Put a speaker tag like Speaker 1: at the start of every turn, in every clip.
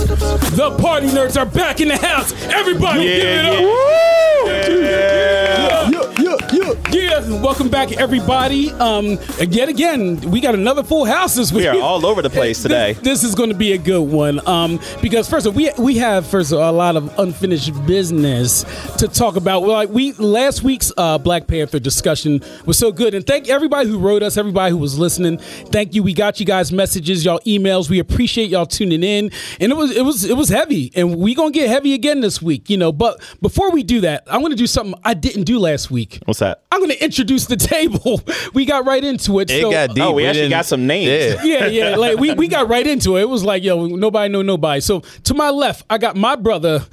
Speaker 1: The party nerds are back in the house. Everybody, give it up. Yeah, welcome back, everybody. Um, yet again, we got another full house this week.
Speaker 2: We are all over the place today.
Speaker 1: This, this is going to be a good one um, because first of all, we we have first of all, a lot of unfinished business to talk about. Well, like we last week's uh, Black Panther discussion was so good, and thank everybody who wrote us, everybody who was listening. Thank you. We got you guys messages, y'all emails. We appreciate y'all tuning in, and it was it was it was heavy, and we gonna get heavy again this week, you know. But before we do that, I want to do something I didn't do last week.
Speaker 2: What's that?
Speaker 1: I'm going to introduce the table. We got right into it.
Speaker 3: It
Speaker 1: so,
Speaker 3: got deep.
Speaker 2: Oh, we actually
Speaker 3: didn't-
Speaker 2: got some names.
Speaker 1: yeah,
Speaker 3: Yeah.
Speaker 1: yeah. Like we, we got right into it. It was like, yo, nobody know nobody. So to my left, I got my brother,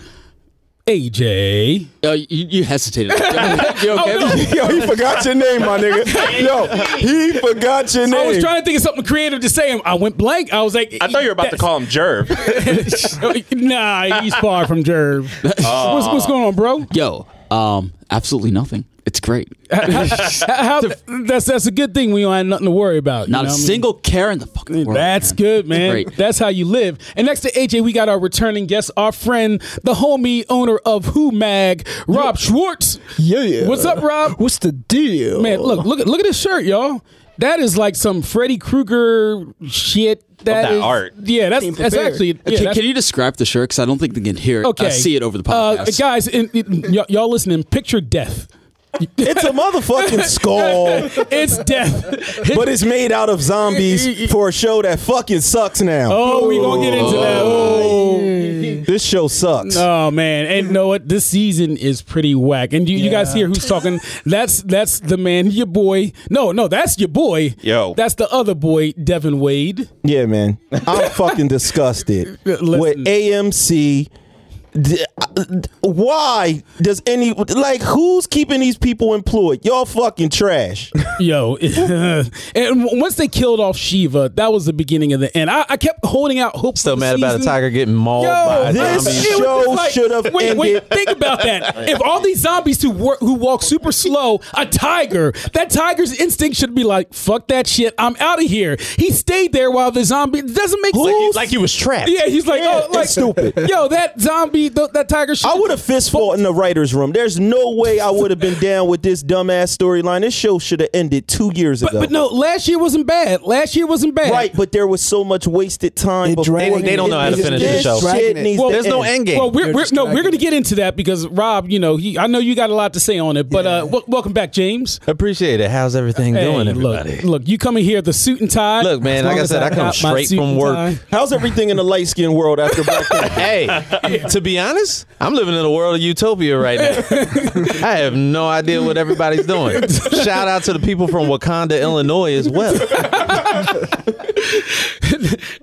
Speaker 1: AJ.
Speaker 4: Uh, you, you hesitated. you
Speaker 1: Oh,
Speaker 4: okay?
Speaker 5: Yo, he forgot your name, my nigga. Yo, he forgot your name.
Speaker 1: I was trying to think of something creative to say. I went blank. I was like,
Speaker 2: I thought you were about to call him Jerv.
Speaker 1: nah, he's far from Jerv. what's, what's going on, bro?
Speaker 4: Yo, um, absolutely nothing. It's great.
Speaker 1: How- that's that's a good thing when you don't have nothing to worry about. you
Speaker 4: Not
Speaker 1: know
Speaker 4: a
Speaker 1: what I mean?
Speaker 4: single care in the fucking world.
Speaker 1: That's good, man.
Speaker 4: Great.
Speaker 1: That's how you live. And next to AJ, we got our returning guest, our friend, the homie owner of Who Mag, Rob Schwartz.
Speaker 5: Yeah, yeah.
Speaker 1: What's up, Rob?
Speaker 5: What's the deal?
Speaker 1: Man, look, look at look at this shirt, y'all. That is like some Freddy Krueger shit.
Speaker 2: that
Speaker 1: is-
Speaker 2: art.
Speaker 1: Yeah, that's
Speaker 5: Ain't
Speaker 1: that's
Speaker 5: prepared.
Speaker 1: actually. Yeah,
Speaker 4: can,
Speaker 1: that's-
Speaker 4: can you describe the shirt? Because I don't think they can hear it.
Speaker 1: okay,
Speaker 4: Uh, see it over the
Speaker 1: Uh,
Speaker 4: podcast.
Speaker 1: guys. In, in- y'all- y'all listening? Picture death.
Speaker 5: It's a motherfucking skull,
Speaker 1: It's death.
Speaker 5: but it's made out of zombies for a show that fucking sucks now.
Speaker 1: oh, we gonna get into that. Oh.
Speaker 5: This show sucks.
Speaker 1: Oh man, and you know what? This season is pretty whack. And you, you guys hear who's talking? That's that's the man, your boy. No, no, that's your boy.
Speaker 2: Yo.
Speaker 1: that's the other boy, Devin Wade.
Speaker 5: Yeah, man. I'm fucking disgusted with AMC. D- Why does any like who's keeping these people employed? Y'all fucking trash.
Speaker 1: Yo, and w- once they killed off Shiva, that was the beginning of the end. I, I kept holding out hope.
Speaker 3: Still
Speaker 1: for the
Speaker 3: mad about a
Speaker 1: season.
Speaker 3: tiger getting mauled by
Speaker 1: Yo,
Speaker 3: a
Speaker 5: this
Speaker 3: zombie.
Speaker 5: shit- show should've
Speaker 1: wait, wait,
Speaker 5: ended-
Speaker 1: think about that. If all these zombies who work, who walk super slow, a tiger, that tiger's instinct should be like, "Fuck that shit, I'm out of here." He stayed there while the zombie it doesn't make sense.
Speaker 2: like he was trapped.
Speaker 1: yeah, he's like,
Speaker 5: Yeah,
Speaker 1: oh, like
Speaker 5: it's stupid.
Speaker 1: Yo, that zombie, th- that tiger. Shit.
Speaker 5: I would have fist fought in the writers' room. There's no way I would have been down with this dumbass storyline. This show should have ended two years
Speaker 1: But,
Speaker 5: ago.
Speaker 1: but no, last year wasn't bad. Last year wasn't bad.
Speaker 5: right? But there was so much wasted time.
Speaker 6: They
Speaker 5: before
Speaker 6: dragging
Speaker 5: it-
Speaker 6: They don't know how to
Speaker 5: this-
Speaker 6: finish
Speaker 5: this
Speaker 6: the show.
Speaker 5: shit
Speaker 6: Dragging it.
Speaker 5: needs
Speaker 1: Well,
Speaker 5: to
Speaker 1: There's
Speaker 3: no
Speaker 5: end.
Speaker 3: end game.
Speaker 1: Well, we're,
Speaker 6: They're
Speaker 1: we're
Speaker 6: just
Speaker 1: no,
Speaker 6: dragging
Speaker 1: we're gonna get into that because Rob, you know, he, I know you got a lot to say on it, but uh, wel- welcome back, James.
Speaker 3: Appreciate it. How's everything
Speaker 1: Hey,
Speaker 3: going,
Speaker 1: look,
Speaker 3: everybody? Look,
Speaker 1: look, you coming here the suit and tie.
Speaker 3: man,
Speaker 1: As
Speaker 3: like
Speaker 1: long
Speaker 3: I
Speaker 1: as
Speaker 3: said, I come
Speaker 1: got my
Speaker 3: straight
Speaker 1: suit
Speaker 3: from
Speaker 1: and
Speaker 3: work.
Speaker 1: tie.
Speaker 5: How's everything in the light skinned world after Black Panther?
Speaker 3: Hey, to be honest, I'm living in a world of utopia right now. I have no idea what everybody's doing. Shout out to the people from Wakanda, Illinois, as well.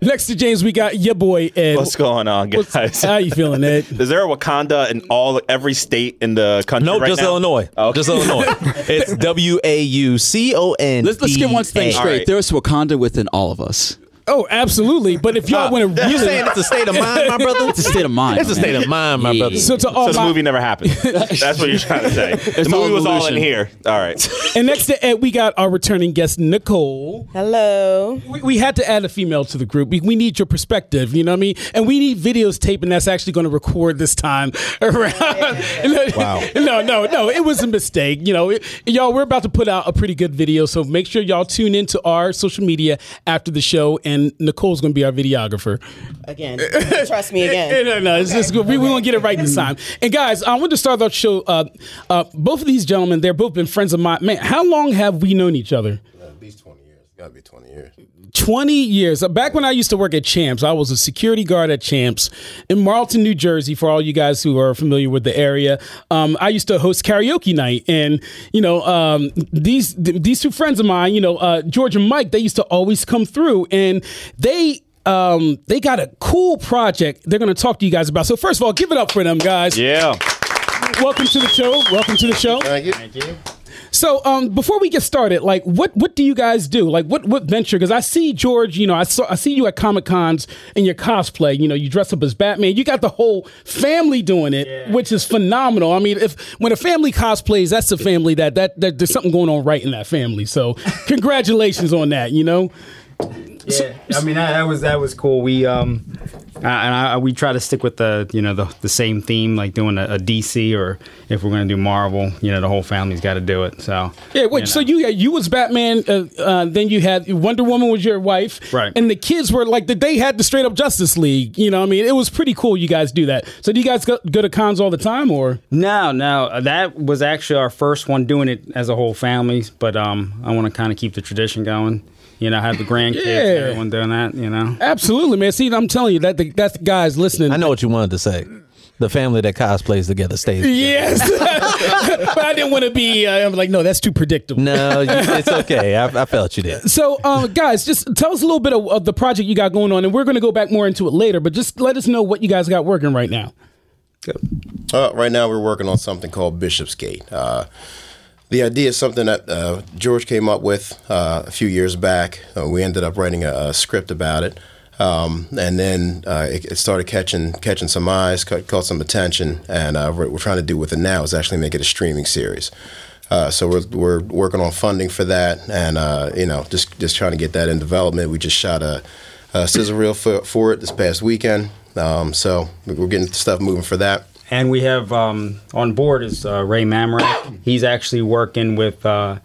Speaker 1: Next to James, we got your boy Ed.
Speaker 2: What's going on,
Speaker 1: What's-
Speaker 2: guys?
Speaker 1: How you feeling, Ed?
Speaker 2: Is there a Wakanda in all every state in the country?
Speaker 3: Nope,
Speaker 2: right
Speaker 3: just
Speaker 2: now?
Speaker 3: Illinois.
Speaker 2: Okay.
Speaker 3: Just Illinois. It's W A U C O N.
Speaker 4: let's let's get one thing
Speaker 3: E A.
Speaker 4: straight.
Speaker 2: Alright.
Speaker 4: There's Wakanda within all of us.
Speaker 1: Oh, absolutely. But if y'all want to
Speaker 3: You
Speaker 1: really,
Speaker 3: saying it's a state of mind, my brother?
Speaker 4: It's a state of mind.
Speaker 3: It's a
Speaker 4: man.
Speaker 3: state of mind, my
Speaker 4: Yeah.
Speaker 3: brother.
Speaker 1: so to all
Speaker 2: So the
Speaker 1: my-
Speaker 2: movie never happened. That's what you're trying to say. the
Speaker 4: all
Speaker 2: movie
Speaker 4: an
Speaker 2: was all in
Speaker 4: illusion.
Speaker 2: here. All right.
Speaker 1: and next to Ed, we got our returning guest Nicole.
Speaker 7: Hello.
Speaker 1: We, we had to add a female to the group. We, we need your perspective. You know what I mean? And we need videos taping that's actually going to record this time around. wow. No, no, no. It was a mistake. You know, it, y'all, we're about to put out a pretty good video. So make sure y'all tune into our social media after the show. And Nicole's going to be our videographer.
Speaker 7: Again. Trust me again.
Speaker 1: Eh, No, no, no. It's just good. We, we're going to get it right this time. And guys, I want to start off the show. Uh, uh, both of these gentlemen, they're both been friends of mine. Man, how long have we known each other?
Speaker 8: At least 20 years. Gotta be 20 years.
Speaker 1: 20 years. Back when I used to work at Champs, I was a security guard at Champs in Marlton, New Jersey, for all you guys who are familiar with the area. Um, I used to host karaoke night. And, you know, um, these th- these two friends of mine, you know, uh, George and Mike, they used to always come through and they. Um, they got a cool project they're going to talk to you guys about. So first of all, give it up for them guys.
Speaker 2: Yeah.
Speaker 1: Welcome to the show. Welcome to the show.
Speaker 8: Thank you. Thank you.
Speaker 1: So, um, before we get started, like, what what do you guys do? Like, what what venture? Because I see George, you know, I saw I see you at Comic Cons in your cosplay. You know, you dress up as Batman. You got the whole family doing it, which is phenomenal. I mean, if when a family cosplays, that's the family that that, that there's something going on right in that family. So, congratulations on that. You know,
Speaker 9: Yeah, I mean that, that was that was cool. We um
Speaker 6: Uh, and I, we try to stick with the you know the, the same theme, like doing a, a DC or if we're going to do Marvel, you know the whole family's got to do it. So
Speaker 1: Yeah, wait.
Speaker 6: you
Speaker 1: So
Speaker 6: know.
Speaker 1: you you was Batman. Uh, uh, then you had Wonder Woman was your wife,
Speaker 6: Right.
Speaker 1: And the kids were like the they had the straight up Justice League. You know, what I mean, it was pretty cool. You guys do that. So do you guys go, go to cons all the time, or
Speaker 6: No, no, uh, that was actually our first one doing it as a whole family. But um, I want to kind of keep the tradition going. You know, have the grandkids,
Speaker 1: Yeah.
Speaker 6: and everyone doing that. You know,
Speaker 1: absolutely, man? See, I'm telling you that the, that's the guys listening.
Speaker 3: I know what you wanted to say. The family that cosplays together stays.
Speaker 1: Yes, but I didn't want to be. Uh, I'm like, no, that's too predictable.
Speaker 3: No, you, it's okay. I, I felt you did.
Speaker 1: So, um, guys, just tell us a little bit of, of the project you got going on, and we're going to go back more into it later. But just let us know what you guys got working right now.
Speaker 8: Uh, right now, we're working on something called Bishop's Gate. Uh, the idea is something that uh, George came up with uh, a few years back. Uh, we ended up writing a, a script about it, um, and then uh, it, it started catching catching some eyes, caught, caught some attention. And uh, what we're trying to do with it now is actually make it a streaming series. Uh, so we're, we're working on funding for that, and uh, you know, just just trying to get that in development. We just shot a, a scissor reel for, for it this past weekend, um, so we're getting stuff moving for that.
Speaker 6: and we have um, on board is uh, Ray Mamre. he's actually working with. Uh,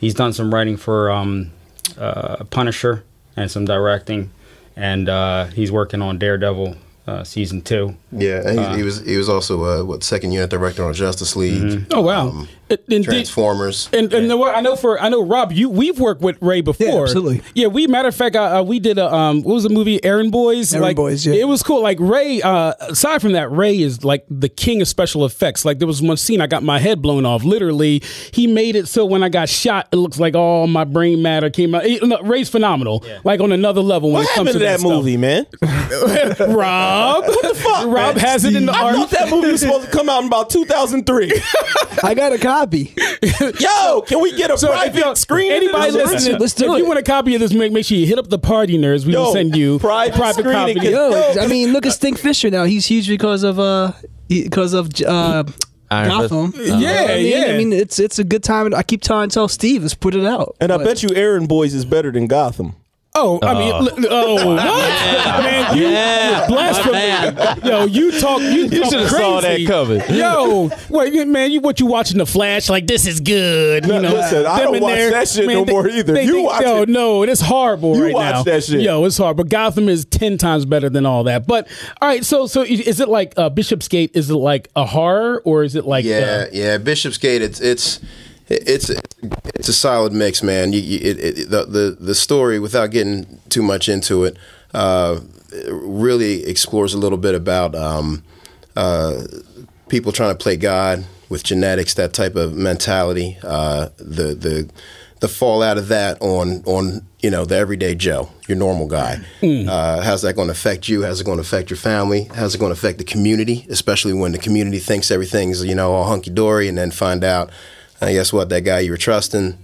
Speaker 6: he's done some writing for um, uh, Punisher and some directing, and uh, he's working on Daredevil uh, season two.
Speaker 8: Yeah, and he, he was he was also uh, what second unit director on Justice League.
Speaker 1: Oh wow!
Speaker 3: Um,
Speaker 1: And- and did-
Speaker 8: Transformers.
Speaker 1: And, and the, I know for I know Rob, you we've worked with Ray before.
Speaker 9: Yeah, absolutely.
Speaker 1: Yeah, we matter of fact, uh, uh, we did a um, what was the movie Aaron Boys?
Speaker 9: Errand
Speaker 1: like,
Speaker 9: Boys, yeah.
Speaker 1: It was cool. Like Ray, uh, aside from that, Ray is like the king of special effects. Like there was one scene I got my head blown off. Literally, he made it so when I got shot, it looks like all my brain matter came out. Eh, no, Ray's phenomenal. Like on another level when
Speaker 5: What
Speaker 1: it comes to
Speaker 5: happened to that
Speaker 1: stuff.
Speaker 5: movie, man?
Speaker 1: Rob, what the fuck? Rob has it in the
Speaker 5: I
Speaker 1: arm.
Speaker 5: thought that movie was supposed to come out in about 2003.
Speaker 9: I got a copy.
Speaker 5: Yo, can we get a
Speaker 1: So if y'all-
Speaker 5: private screen?
Speaker 1: anybody
Speaker 9: Let's-
Speaker 1: listening,
Speaker 9: let's do
Speaker 1: if you
Speaker 9: it.
Speaker 1: want a copy of this, make, make sure you hit up the party nerds. We will
Speaker 5: Yo,
Speaker 1: send you
Speaker 5: private screening
Speaker 1: copy.
Speaker 5: can-
Speaker 9: Yo,
Speaker 5: Yo,
Speaker 9: I mean, look at Stink Fisher now. He's huge because of uh, he- because of uh,
Speaker 3: Iron Fist.
Speaker 9: Gotham.
Speaker 1: Yeah,
Speaker 9: I mean,
Speaker 1: yeah.
Speaker 9: I mean, it's it's a good time. and I keep trying to tell Steve, let's put it out.
Speaker 5: and I bet you Aaron Boys is better than Gotham.
Speaker 1: oh, I mean, li- oh, what? man, you
Speaker 3: Yeah,
Speaker 1: blasphemy! Yo, you talk, you,
Speaker 3: You
Speaker 1: talk
Speaker 3: should
Speaker 1: crazy.
Speaker 3: have saw that coming.
Speaker 1: Yo, wait, you- man, you what you watching the Flash? Like this is good, you know?
Speaker 5: listen, I
Speaker 1: them
Speaker 5: don't
Speaker 1: in
Speaker 5: watch that shit no
Speaker 1: they-
Speaker 5: more either.
Speaker 1: they
Speaker 5: You
Speaker 1: think-
Speaker 5: watch
Speaker 1: yo,
Speaker 5: it.
Speaker 1: no, it's horrible
Speaker 5: You
Speaker 1: right
Speaker 5: watch
Speaker 1: now.
Speaker 5: that shit.
Speaker 1: Yo, it's horrible. Gotham is ten times better than all that. But all right, so so is it like uh, Bishop's Gate? Is it like a horror or is it like uh,
Speaker 8: Yeah, yeah. Bishop's Gate. It's it's it's it's a solid mix, man. You, you, it, it, the, the the story, without getting too much into it, uh, it really explores a little bit about um, uh, people trying to play God with genetics, that type of mentality. Uh, the the the fallout of that on on you know the everyday Joe, your normal guy.
Speaker 1: Mm-hmm.
Speaker 8: Uh, how's that going to affect you? How's it going to affect your family? How's it going to affect the community? Especially when the community thinks everything's you know all hunky dory, and then find out, uh, guess what? That guy you were trusting,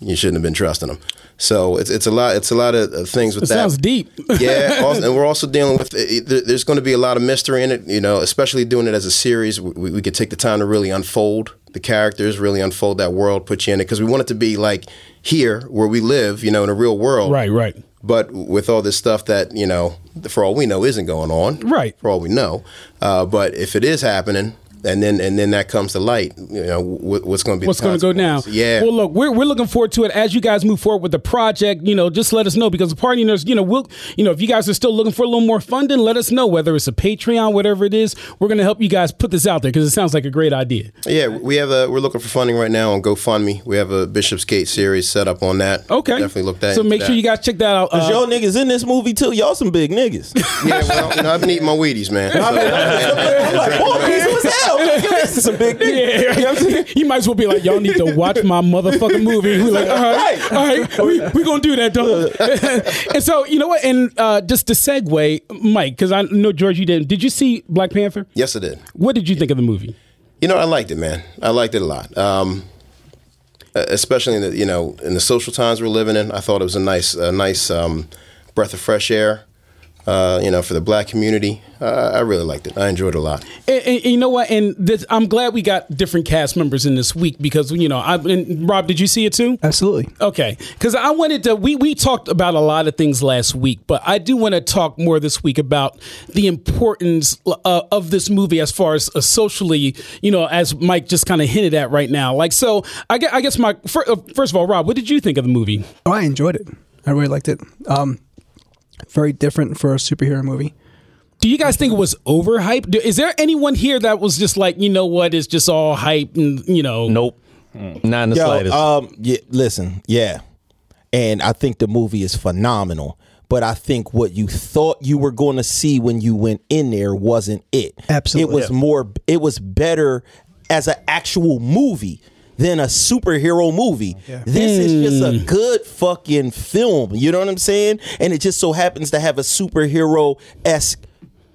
Speaker 8: you shouldn't have been trusting him. So it's it's a lot it's a lot of uh, things with
Speaker 1: It
Speaker 8: that.
Speaker 1: sounds deep.
Speaker 8: yeah, also, and we're also dealing with. It, it- there- there's going to be a lot of mystery in it, you know. Especially doing it as a series, we, we- we could take the time to really unfold the characters, really unfold that world, put you in it because we want it to be like here where we live, you know, in a real world.
Speaker 1: right, right?
Speaker 8: But with all this stuff that you know, for all we know, isn't going on.
Speaker 1: Right.
Speaker 8: For all we know, uh, but if it is happening, and then and then that comes to light, you know, wh- what's going to be
Speaker 1: what's
Speaker 8: going to
Speaker 1: go down.
Speaker 8: Yeah.
Speaker 1: Well, look, we're, we're looking forward to it as you guys move forward with the project. You know, just let us know because the party nerds, you know, we'll, you know, if you guys are still looking for a little more funding, let us know whether it's a Patreon, whatever it is. We're going to help you guys put this out there because it sounds like a great idea.
Speaker 8: Yeah, we have a we're looking for funding right now on GoFundMe. We have a Bishop's Gate series set up on that.
Speaker 1: Okay.
Speaker 8: definitely look that.
Speaker 1: So make sure you guys check that out.
Speaker 5: Cause
Speaker 1: Uh,
Speaker 5: y'all niggas in this movie too. Y'all some big niggas.
Speaker 8: Yeah, well, you know, I've been eating my Wheaties, man. So-
Speaker 5: I'm like, boy, these was hell. This is some big
Speaker 1: yeah,
Speaker 5: niggas.
Speaker 1: you might as well be like, y'all need to watch my motherfucking movie. We're like, all right, all right, we we gonna do that, dog. and so you know what? And uh, just to segue, Mike, because I know George, you didn't. Did you see Black Panther?
Speaker 8: yes, I did.
Speaker 1: What did you think of the movie?
Speaker 8: You know, I liked it, man. I liked it a lot. Um, e, especially in the you know in the social times we're living in. I thought it was a nice a nice um, breath of fresh air. uh, you know, for the black community. Uh, I really liked it. I enjoyed it a lot.
Speaker 1: And, and- and you know what? And this, I'm glad we got different cast members in this week because you know, I and Rob, did you see it too?
Speaker 9: Absolutely.
Speaker 1: Okay, because I wanted to. We we talked about a lot of things last week, but I do want to talk more this week about the importance uh, of this movie as far as uh, socially, you know, as Mike just kind of hinted at right now. Like, so I guess, I guess my fir- uh, first of all, Rob, what did you think of the movie?
Speaker 9: Oh, I enjoyed it. I really liked it. Um, very different for a superhero movie.
Speaker 1: Do you guys think it was overhyped? Do- Is there anyone here that was just like, you know what, it's just all hype and you know?
Speaker 3: Nope. Not in the
Speaker 5: Yo,
Speaker 3: slightest.
Speaker 5: um, yeah, listen, yeah, and I think the movie is phenomenal. But I think what you thought you were going to see when you went in there wasn't it.
Speaker 9: Absolutely.
Speaker 5: it was more. It was better as an actual movie than a superhero movie. This is just a
Speaker 1: Mm.
Speaker 5: good fucking film. You know what I'm saying? And it just so happens to have a superhero esque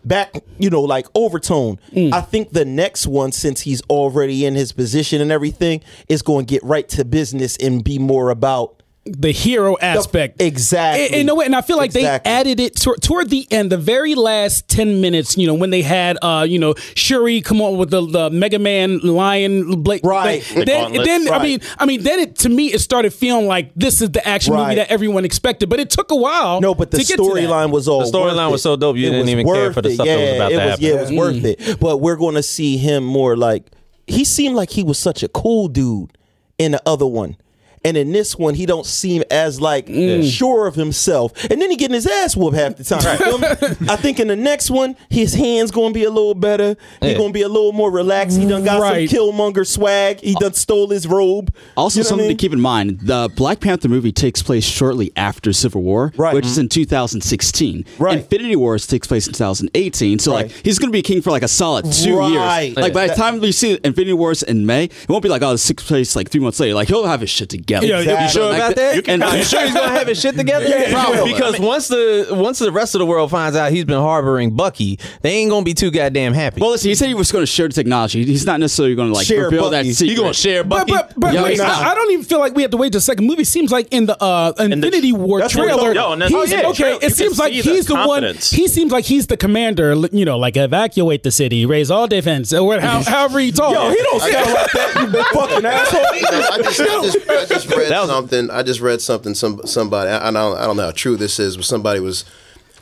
Speaker 5: back, you know, like overtone.
Speaker 1: Mm.
Speaker 5: I think the next one, since he's already in his position and everything, is going to get right to business and be more about
Speaker 1: the hero aspect.
Speaker 5: exactly.
Speaker 1: And, and, no, and I feel like
Speaker 5: Exactly.
Speaker 1: they added it to, toward the end, the very last 10 minutes, you know, when they had, uh, you know, Shuri come on with the, the Mega Man Lion Blake.
Speaker 5: Right.
Speaker 1: Thing.
Speaker 2: The
Speaker 1: Then,
Speaker 2: gauntlet.
Speaker 1: then I
Speaker 5: Right.
Speaker 1: mean, I mean, then it, to me, it started feeling like this is the action movie
Speaker 5: Right.
Speaker 1: that everyone expected, but it took a while.
Speaker 5: No, but the
Speaker 1: to get to that.
Speaker 5: storyline was all.
Speaker 3: The storyline
Speaker 5: worth
Speaker 3: was
Speaker 5: it.
Speaker 3: so dope, you
Speaker 5: It
Speaker 3: didn't
Speaker 5: was
Speaker 3: even care
Speaker 5: worth
Speaker 3: for the
Speaker 5: it.
Speaker 3: stuff that was
Speaker 5: Yeah,
Speaker 3: about
Speaker 5: it
Speaker 3: to
Speaker 5: was- Yeah, it was
Speaker 3: happen.
Speaker 5: worth it. But we're going to see him more like he seemed like he was such a cool dude in the other one. And in this one, he don't seem as like sure of himself. And then he getting his ass whooped half the time. You feel me? I think in the next one, his hands gonna be a little better. He
Speaker 3: Yeah.
Speaker 5: gonna be a little more relaxed. He done got
Speaker 1: Right.
Speaker 5: some Killmonger swag. He done stole his robe.
Speaker 4: Also,
Speaker 5: You know what I
Speaker 4: something
Speaker 5: mean?
Speaker 4: to keep in mind: the Black Panther movie takes place shortly after Civil War,
Speaker 5: Right. Mm-hmm.
Speaker 4: which is in 2016.
Speaker 5: Right.
Speaker 4: Infinity Wars takes place in 2018, so like
Speaker 5: Right.
Speaker 4: he's going to be king for like a solid two
Speaker 5: Right.
Speaker 4: years. Like by the
Speaker 5: That-
Speaker 4: time we see Infinity Wars in May, it won't be like oh, this takes place like three months later. Like he'll have his shit together.
Speaker 1: Yeah,
Speaker 5: Exactly. you sure
Speaker 4: Like
Speaker 3: about that?
Speaker 4: And
Speaker 3: Are you sure he's gonna have his shit together?
Speaker 4: Probably.
Speaker 3: Because once the once the rest of the world finds out he's been harboring Bucky, they ain't gonna be too goddamn happy.
Speaker 4: Well, listen, he said he was going to share the technology. He's not necessarily going to like
Speaker 5: Share
Speaker 4: reveal
Speaker 5: Bucky.
Speaker 4: that
Speaker 5: He
Speaker 4: secret.
Speaker 3: you gonna share
Speaker 1: But,
Speaker 3: Bucky?
Speaker 1: but, but
Speaker 4: Yeah,
Speaker 1: wait,
Speaker 4: it's not.
Speaker 1: I, I don't even feel like we have to wait the second movie. Seems like in the uh,
Speaker 2: the-
Speaker 1: Infinity War
Speaker 5: That's what I'm
Speaker 1: trailer,
Speaker 5: talking about.
Speaker 2: No, no,
Speaker 1: he's-
Speaker 2: oh, yeah,
Speaker 1: okay,
Speaker 2: trailer. You
Speaker 1: it
Speaker 2: can
Speaker 1: seems like
Speaker 2: see the
Speaker 1: he's the one.
Speaker 2: confidence.
Speaker 1: He seems like he's the commander. You know, like evacuate the city, raise all defense, or what- how, however he talks.
Speaker 5: Yo, he don't sound like that. You big fucking asshole.
Speaker 8: No, I just, I just, I just read
Speaker 3: That was-
Speaker 8: something. I just read something. Some somebody. I, I don't. I don't know how true this is, but somebody was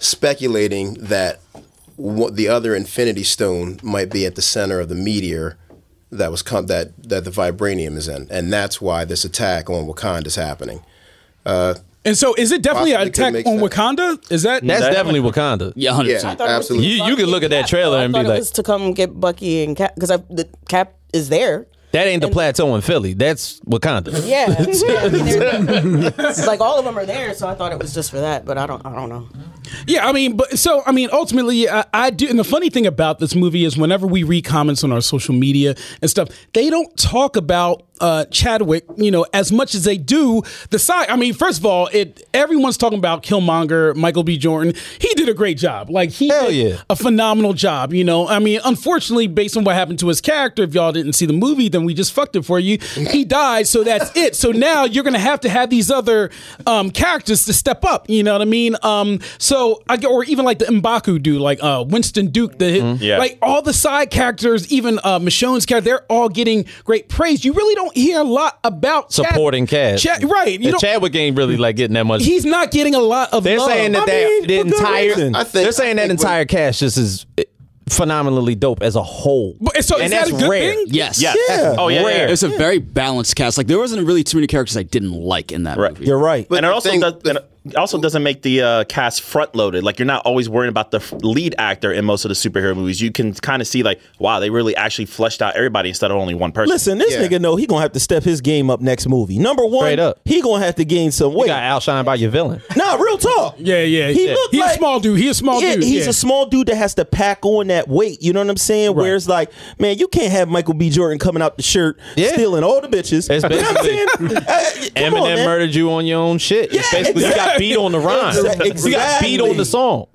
Speaker 8: speculating that wha- the other Infinity Stone might be at the center of the meteor that was com- that that the vibranium is in, and that's why this attack on Wakanda is happening. Uh,
Speaker 1: And so, is it definitely an
Speaker 8: Possibly could
Speaker 1: attack
Speaker 8: make
Speaker 1: on
Speaker 8: sense.
Speaker 1: Wakanda? Is that
Speaker 3: That's definitely Wakanda.
Speaker 4: yeah, 100.
Speaker 8: Yeah,
Speaker 4: percent
Speaker 8: absolutely.
Speaker 3: You you could look at that trailer and be
Speaker 7: thought it
Speaker 3: like,
Speaker 7: was to come get Bucky and Cap because the Cap is there.
Speaker 3: that ain't the plateau in Philly. That's Wakanda.
Speaker 7: Yeah, Yeah, I mean, they're- it's like all of them are there, so I thought it was just for that. But I don't, I don't know.
Speaker 1: Yeah, I mean, but so I mean, ultimately, I, I do. And the funny thing about this movie is, whenever we read comments on our social media and stuff, they don't talk about uh, Chadwick, you know, as much as they do the side. I mean, first of all, it everyone's talking about Killmonger, Michael B. Jordan. He did a great job. Like he
Speaker 3: Hell
Speaker 1: did
Speaker 3: yeah.
Speaker 1: a phenomenal job. You know, I mean, unfortunately, based on what happened to his character, if y'all didn't see the movie, then we just fucked it for you. He died, so that's it. So now you're gonna have to have these other um, characters to step up. You know what I mean? Um, so I get, or even like the Mbaku dude, like uh, Winston Duke, the
Speaker 2: Yeah.
Speaker 1: like all the side characters, even uh, Michonne's character, they're all getting great praise. You really don't hear a lot about Chad-
Speaker 3: Supporting cast.
Speaker 1: Chad- right? You
Speaker 3: And
Speaker 1: don't.
Speaker 3: Chadwick ain't really like getting that much.
Speaker 1: He's not getting a lot of.
Speaker 3: They're
Speaker 1: love.
Speaker 3: saying that
Speaker 1: I
Speaker 3: they,
Speaker 1: mean,
Speaker 3: the
Speaker 1: for good
Speaker 3: entire
Speaker 8: reason. I think-
Speaker 3: they're saying
Speaker 8: I
Speaker 3: that
Speaker 8: think
Speaker 3: entire cast just is phenomenally dope as a whole.
Speaker 1: But- so is
Speaker 3: and
Speaker 1: that
Speaker 3: that's
Speaker 1: a good
Speaker 3: rare.
Speaker 1: thing?
Speaker 4: Yes.
Speaker 2: Yeah.
Speaker 5: Yeah.
Speaker 2: Oh yeah. yeah, yeah.
Speaker 4: It's a very balanced cast. Like there wasn't really too many characters I didn't like in that
Speaker 2: Right.
Speaker 4: movie.
Speaker 5: You're right.
Speaker 2: and it
Speaker 8: the
Speaker 2: also
Speaker 8: thing-
Speaker 2: does, and it also doesn't make the uh, cast front loaded. Like you're not always worrying about the f- lead actor in most of the superhero movies. You can kind of see like, wow, they really actually fleshed out everybody instead of only one person.
Speaker 5: Listen, this
Speaker 8: Yeah.
Speaker 5: nigga know he gonna have to step his game up next movie. Number one,
Speaker 3: Straight up.
Speaker 5: he gonna have to gain some
Speaker 3: You
Speaker 5: weight.
Speaker 3: got outshined by your villain.
Speaker 5: Nah, real talk.
Speaker 1: Yeah, yeah.
Speaker 5: He
Speaker 1: yeah.
Speaker 5: look
Speaker 1: He's
Speaker 5: like-
Speaker 1: a small dude. He's a small
Speaker 5: Yeah,
Speaker 1: dude.
Speaker 5: he's
Speaker 1: yeah.
Speaker 5: a small dude that has to pack on that weight. You know what I'm saying? Where it's like, man, you can't have Michael B. Jordan coming out the shirt,
Speaker 3: Yeah.
Speaker 5: stealing all the bitches.
Speaker 3: It's
Speaker 5: you know what I'm
Speaker 3: basically-
Speaker 5: saying? Uh, come on,
Speaker 3: Eminem
Speaker 5: man.
Speaker 3: murdered you on your own shit. It's basically you got beat on the rhyme.
Speaker 5: Exactly.
Speaker 3: You got beat on the song.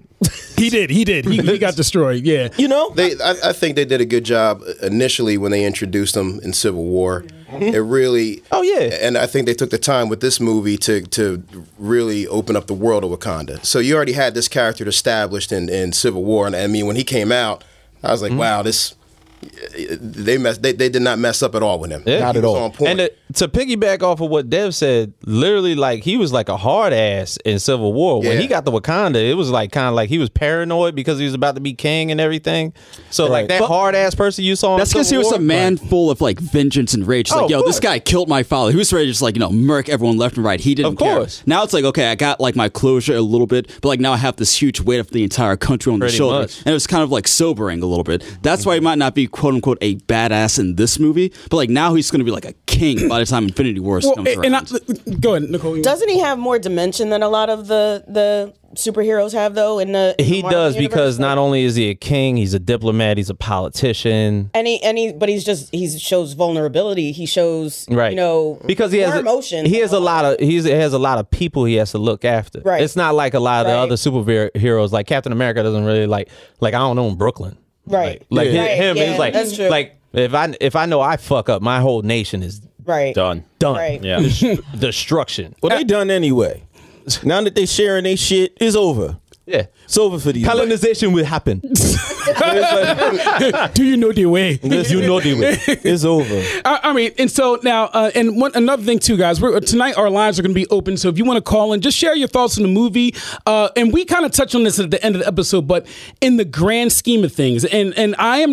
Speaker 1: He did. He did. He, he got destroyed. Yeah.
Speaker 5: You know?
Speaker 8: They, I, I think they did a good job initially when they introduced him in Civil War, It really.
Speaker 3: Oh, yeah.
Speaker 8: And I think they took the time with this movie to to really open up the world of Wakanda. So you already had this character established in, in Civil War, and I mean when he came out, I was like, wow, this. They mess. They, they did not mess up at all with him.
Speaker 3: Yeah.
Speaker 8: He was On point.
Speaker 3: And uh, to piggyback off of what Dev said, literally, like he was like a hard ass in Civil War. When
Speaker 8: Yeah.
Speaker 3: he got to Wakanda, it was like kind of like he was paranoid because he was about to be king and everything. So like that hard ass person you saw.
Speaker 4: That's
Speaker 3: in
Speaker 4: because he
Speaker 3: Civil
Speaker 4: was
Speaker 3: War,
Speaker 4: a man full of like vengeance and rage. It's
Speaker 3: Oh,
Speaker 4: like,
Speaker 3: of
Speaker 4: yo, this
Speaker 3: course.
Speaker 4: guy killed my father. He was ready to just like, you know, murk everyone left and right. He didn't
Speaker 3: Of
Speaker 4: care.
Speaker 3: course.
Speaker 4: Now it's like, okay, I got like my closure a little bit, but like now I have this huge weight of the entire country on
Speaker 3: Pretty
Speaker 4: the shoulder.
Speaker 3: much.
Speaker 4: And it was kind of like sobering a little bit. That's why he might not be quote unquote a badass in this movie, but like now he's going to be like a king by the time Infinity Wars
Speaker 1: Well,
Speaker 4: comes around.
Speaker 1: and I, go ahead, Nicole.
Speaker 7: Doesn't he have more dimension than a lot of the the superheroes have though? In the in
Speaker 3: He
Speaker 7: the Marvel
Speaker 3: does
Speaker 7: universe?
Speaker 3: because not only is he a king, he's a diplomat, he's a politician.
Speaker 7: And he, and he, but he's just he shows vulnerability. He shows
Speaker 3: Right.
Speaker 7: you know
Speaker 3: because he has
Speaker 7: more
Speaker 3: a,
Speaker 7: emotion.
Speaker 3: He has a lot of he's, he has a lot of people he has to look after.
Speaker 7: Right.
Speaker 3: It's not like a lot of
Speaker 7: Right.
Speaker 3: the other superheroes. Like Captain America doesn't really like like I don't own Brooklyn.
Speaker 7: right.
Speaker 3: Like hi-
Speaker 7: Right,
Speaker 3: him,
Speaker 7: yeah,
Speaker 3: it's like
Speaker 7: that's true.
Speaker 3: like if I if I know I fuck up, my whole nation is
Speaker 7: right.
Speaker 2: Done.
Speaker 3: done.
Speaker 7: Right.
Speaker 2: Yeah.
Speaker 3: Destruction.
Speaker 5: Well, they done anyway. Now that they sharing their shit, it's over.
Speaker 3: Yeah.
Speaker 5: It's over for these.
Speaker 3: Colonization will happen.
Speaker 1: Do you know the way?
Speaker 5: you know they will. It's over.
Speaker 1: I, I mean, and so now, uh, and one another thing too, guys. We're, uh, tonight our lines are going to be open, so if you want to call in, just share your thoughts on the movie. Uh, and we kind of touch on this at the end of the episode, but in the grand scheme of things, and and I am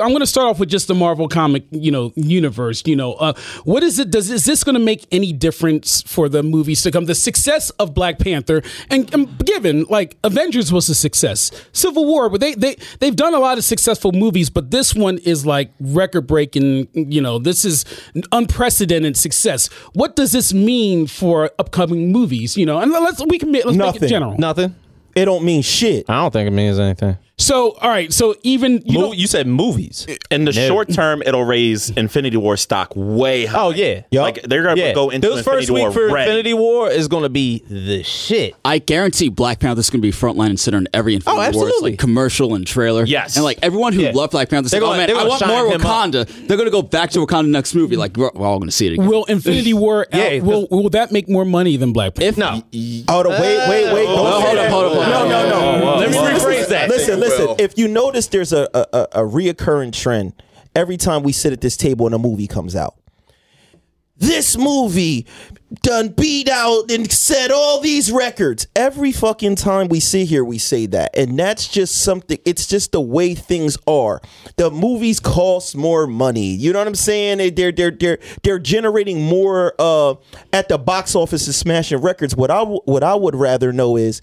Speaker 1: I'm going to start off with just the Marvel comic, you know, universe. You know, uh, what is it? Does is this going to make any difference for the movies to come? The success of Black Panther, and, and given like Avengers was a success, Civil War, but they they they've done a lot of successful movies, but this one is like record breaking. You know, this is unprecedented success. What does this mean for upcoming movies? You know, and let's we can make, let's make it
Speaker 5: Nothing.
Speaker 1: general.
Speaker 3: Nothing.
Speaker 5: It don't mean shit.
Speaker 3: I don't think it means anything.
Speaker 1: So all right, so even you
Speaker 3: You,
Speaker 1: know,
Speaker 3: you said movies.
Speaker 2: In the short term, it'll raise Infinity War stock way high.
Speaker 3: Oh yeah.
Speaker 2: Like they're gonna
Speaker 3: Yeah.
Speaker 2: go into
Speaker 3: Those
Speaker 2: Infinity
Speaker 3: first week
Speaker 2: War
Speaker 3: for
Speaker 2: red.
Speaker 3: Infinity War is gonna be the shit. Oh,
Speaker 4: I guarantee Black Panther's going to be frontline and center in every Infinity Wars
Speaker 3: absolutely.
Speaker 4: like commercial and trailer.
Speaker 2: Yes.
Speaker 4: and like everyone who loved Black Panther,
Speaker 3: They're
Speaker 4: said,
Speaker 3: gonna-
Speaker 4: "Oh man,
Speaker 3: they're
Speaker 4: I
Speaker 3: gonna
Speaker 4: want
Speaker 3: shine
Speaker 4: more
Speaker 3: him up."
Speaker 4: Wakanda." They're going to go back to Wakanda next movie. Like we're, we're all going to see it again.
Speaker 1: will Infinity War out-
Speaker 3: Yeah, 'cause-
Speaker 1: will will that make more money than Black Panther?
Speaker 3: If not,
Speaker 5: Oh, the, wait, wait, wait.
Speaker 4: no,
Speaker 5: Don't say
Speaker 4: hold up,
Speaker 5: that.
Speaker 4: hold up, hold up.
Speaker 5: No, no, no.
Speaker 3: let me rephrase that.
Speaker 5: Listen,
Speaker 8: Well-
Speaker 5: listen. If you notice, there's a, a a- a reoccurring trend every time we sit at this table and a movie comes out. This movie done beat out and set all these records. Every fucking time we sit here, we say that, and that's just something. It's just the way things are. The movies cost more money. You know what I'm saying? They- They're they're they're they're generating more uh, at the box office and smashing records. What I w- what I would rather know is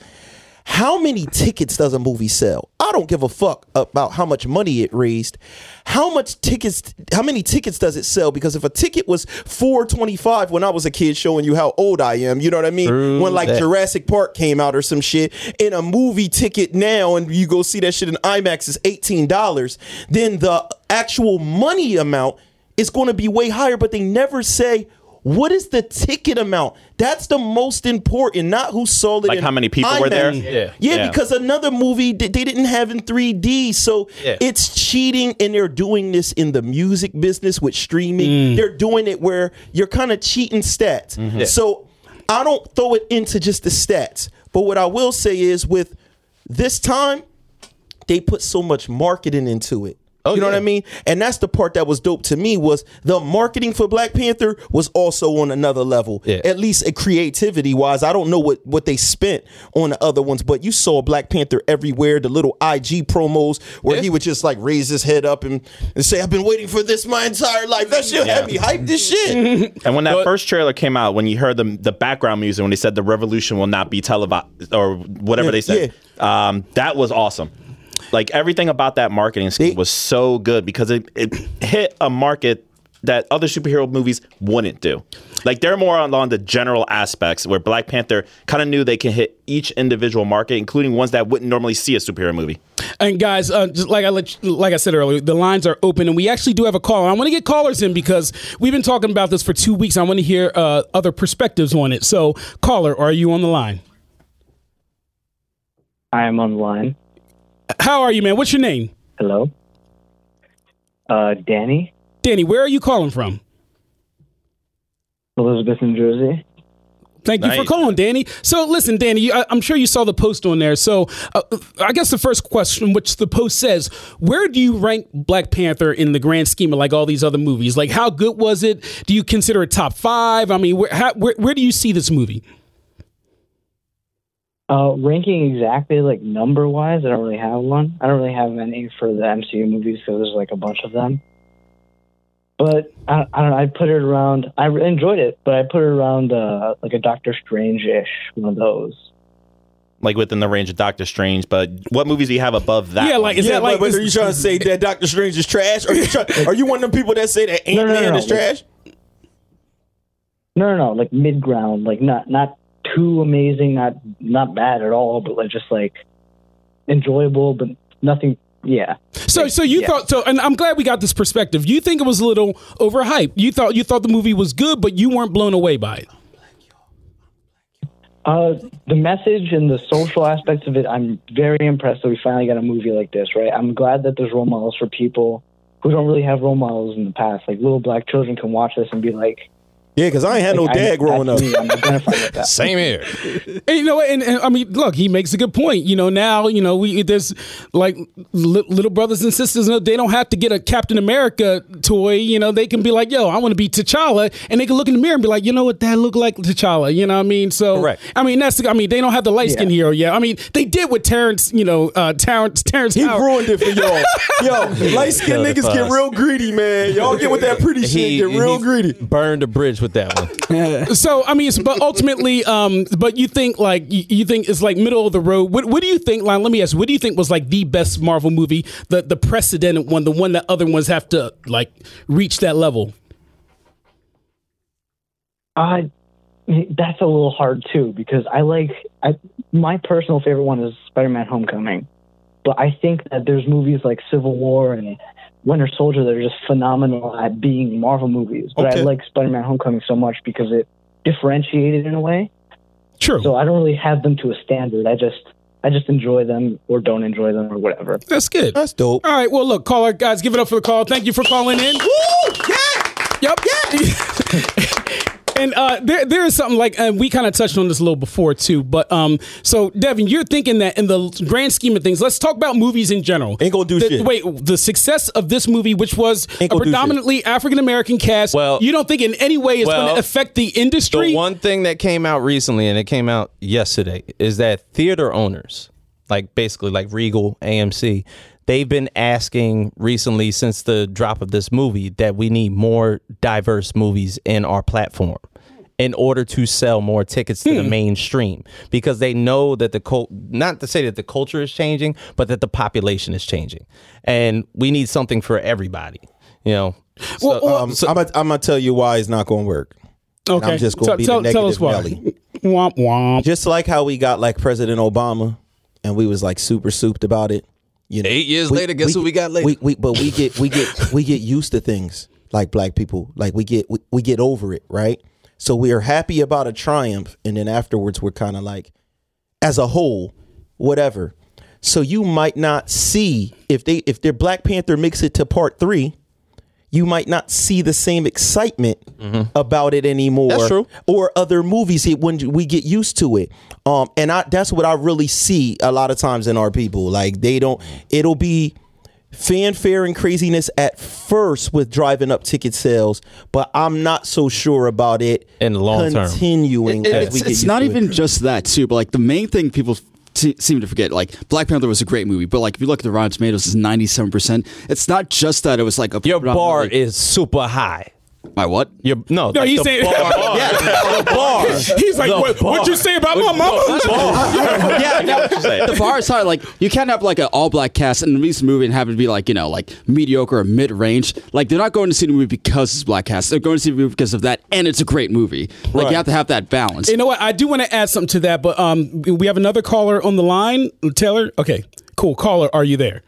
Speaker 5: how many tickets does a movie sell? I don't give a fuck about how much money it raised. How much tickets? How many tickets does it sell? Because if a ticket was four twenty five when I was a kid, showing you how old I am, you know what I mean. when like
Speaker 3: that.
Speaker 5: Jurassic Park came out or some shit, and a movie ticket now, and you go see that shit in IMAX is eighteen dollars. Then the actual money amount is going to be way higher, but they never say. What is the ticket amount? That's the most important, not who sold it.
Speaker 2: Like
Speaker 5: in
Speaker 2: how many people were there?
Speaker 5: IMAX.
Speaker 2: Yeah.
Speaker 5: Yeah,
Speaker 2: Yeah.
Speaker 5: because another movie that they didn't have in 3D. So
Speaker 3: Yeah.
Speaker 5: it's cheating, and they're doing this in the music business with streaming. They're doing it where you're kind of cheating stats. So I don't throw it into just the stats. But what I will say is with this time, they put so much marketing into it.
Speaker 2: Oh,
Speaker 5: you know what I mean? And that's the part that was dope to me was the marketing for Black Panther was also on another level.
Speaker 3: Yeah.
Speaker 5: At least creativity wise, I don't know what what they spent on the other ones, but you saw Black Panther everywhere. The little IG promos where he would just like raise his head up and, and say, "I've been waiting for this my entire life." That shit had me hyped. This shit.
Speaker 2: And when that first trailer came out, when you heard the the background music, when they said the revolution will not be televised or whatever
Speaker 5: Yeah,
Speaker 2: they said, um, that was awesome. Like everything about that marketing scheme
Speaker 5: They-
Speaker 2: was so good because it, it hit a market that other superhero movies wouldn't do. Like they're more on, on the general aspects where Black Panther kind of knew they can hit each individual market, including ones that wouldn't normally see a superhero movie.
Speaker 1: And guys, uh, just like I let you- like I said earlier, the lines are open, and we actually do have a call. I want to get callers in because we've been talking about this for two weeks. I want to hear uh, other perspectives on it. So, caller, are you on the line?
Speaker 10: I am online.
Speaker 1: How are you, man? What's your name,
Speaker 10: Hello. Uh, Danny,
Speaker 1: Danny? Where are you calling from?
Speaker 10: Elizabeth, New Jersey.
Speaker 1: Thank you for
Speaker 10: Nice.
Speaker 1: calling, Danny. So, listen, Danny, you, I, I'm sure you saw the post on there. So, uh, I guess the first question, which the post says, where do you rank Black Panther in the grand scheme of like all these other movies? Like, how good was it? Do you consider it top five? I mean, where, how, where, where do you see this movie?
Speaker 10: Uh, ranking exactly like number wise, I don't really have one. I don't really have any for the MCU movies because there's like a bunch of them. But I, I don't know. I put it around. I re- enjoyed it, but I put it around uh, like a Doctor Strange ish one of those.
Speaker 2: like within the range of Doctor Strange. But what movies do you have above that? one?
Speaker 5: yeah, But, but are you trying to say that Doctor Strange is trash? Are you trying, are you one of them people that say that Ant Man
Speaker 10: no,
Speaker 5: is
Speaker 10: no.
Speaker 5: trash?
Speaker 10: No, no, no. Like mid ground. Like not not too amazing, not not bad at all, but like just like enjoyable, but nothing. Yeah.
Speaker 1: So, so you thought so, and I'm glad we got this perspective. You think it was a little overhyped. You thought you thought the movie was good, but you weren't blown away by it.
Speaker 10: Uh, the message and the social aspects of it, I'm very impressed that we finally got a movie like this, right? I'm glad that there's role models for people who don't really have role models in the past. Like little black children can watch this and be like,
Speaker 5: Yeah, because I ain't had no
Speaker 10: Like, I-
Speaker 5: dad growing up.
Speaker 10: that's me. I'm identifying with that.
Speaker 3: Same here.
Speaker 1: And you know, what, and, and I mean, look, he makes a good point. You know, now you know we there's like li- little brothers and sisters. you know, They don't have to get a Captain America toy. You know, they can be like, "Yo, I want to be T'Challa," and they can look in the mirror and be like, "You know what? That look like T'Challa." You know what I mean? So, I mean, that's I mean, they don't have the light skin hero yet. I mean, they did with Terrence. You know, uh, Terrence. Terrence. He ruined
Speaker 5: it for y'all. Yo, light skinned
Speaker 3: Cut it
Speaker 5: niggas get
Speaker 3: fast.
Speaker 5: real greedy, man. Y'all get with that pretty shit, get real greedy.
Speaker 3: Burned a bridge with that one.
Speaker 1: so I mean, but ultimately, um, but you think like you, you think it's like middle of the road. What, what do you think? Line, let me ask. What do you think was like the best Marvel movie, the the precedent one, the one that other ones have to like reach that level?
Speaker 10: Uh, that's a little hard too because I like I my personal favorite one is Spider-Man: Homecoming, but I think that there's movies like Civil War and Winter Soldier that are just phenomenal at being Marvel movies. But I
Speaker 11: Okay.
Speaker 10: like Spider-Man: Homecoming so much because it differentiated in a way.
Speaker 1: True.
Speaker 10: So I don't really have them to a standard. I just I just enjoy them or don't enjoy them or whatever.
Speaker 1: That's good.
Speaker 5: That's dope.
Speaker 1: All right. Well, look, caller guys, give it up for the call. Thank you for calling in. Yep. And uh, there, there is something like, and we kind of touched on this a little before too. But um, so Devin, you're thinking that in the grand scheme of things, let's talk about movies in general. Ain't gonna do the,
Speaker 5: shit.
Speaker 1: Wait, the success of this movie, which was a
Speaker 3: gonna do shit.
Speaker 1: predominantly African American cast,
Speaker 3: Well-
Speaker 1: you don't think in any way it's going
Speaker 3: well,
Speaker 1: to affect the industry?
Speaker 3: The one thing that came out recently, and it came out yesterday, is that theater owners, like basically like Regal, AMC, they've been asking recently since the drop of this movie that we need more diverse movies in our platform in order to sell more tickets to the mainstream because they know that the cult not to say that the culture is changing but that the population is changing and we need something for everybody you know
Speaker 5: Well, um, I'm gonna I'm gonna tell you why it's not gonna work. And
Speaker 1: Okay.
Speaker 5: I'm just gonna
Speaker 1: Tell-
Speaker 5: be
Speaker 1: tell-
Speaker 5: the negative
Speaker 1: tell us why.
Speaker 5: Nelly.
Speaker 1: Womp womp.
Speaker 5: Just like how we got like President Obama, and we was like super souped about it. You know,
Speaker 3: Eight years later, guess who we got later?
Speaker 5: We, we but we get we get we get used to things like black people. Like we get we, we get over it, right? So we are happy about a triumph, and then afterwards we're kind of like, as a whole, whatever. So you might not see if they if their Black Panther makes it to part three, you might not see the same excitement
Speaker 1: Mm-hmm.
Speaker 5: about it anymore.
Speaker 3: That's true.
Speaker 5: Or other movies it, when we get used to it. Um, and I that's what I really see a lot of times in our people. Like they don't. It'll be fanfare and craziness at first with driving up ticket sales, but I'm not so sure about it
Speaker 3: in the long term.
Speaker 5: continuing. as
Speaker 4: it's
Speaker 5: we get
Speaker 4: it's
Speaker 5: used
Speaker 4: not
Speaker 5: to it.
Speaker 4: even just that too, but like the main thing people t- seem to forget, like Black Panther was a great movie, but like if you look at the Rotten Tomatoes, it's ninety seven percent. It's not just that it was like a your
Speaker 3: bar is super high.
Speaker 4: My what?
Speaker 3: Your no,
Speaker 1: No,
Speaker 3: like
Speaker 1: he's
Speaker 3: the
Speaker 1: saying
Speaker 3: bar. Yeah, the bar.
Speaker 1: He's like,
Speaker 3: The
Speaker 1: what,
Speaker 3: bar.
Speaker 1: what you say about my mama?
Speaker 4: yeah, no, the bar is high. Like you can't have like an all black cast in this movie and have it be like you know like mediocre or mid range. Like they're not going to see the movie because it's black cast. They're going to see the movie because of that, and it's a great movie. Like you have to have that balance.
Speaker 1: You know what? I do want to add something to that, but um, we have another caller on the line. Taylor, okay, cool. Caller, are you there?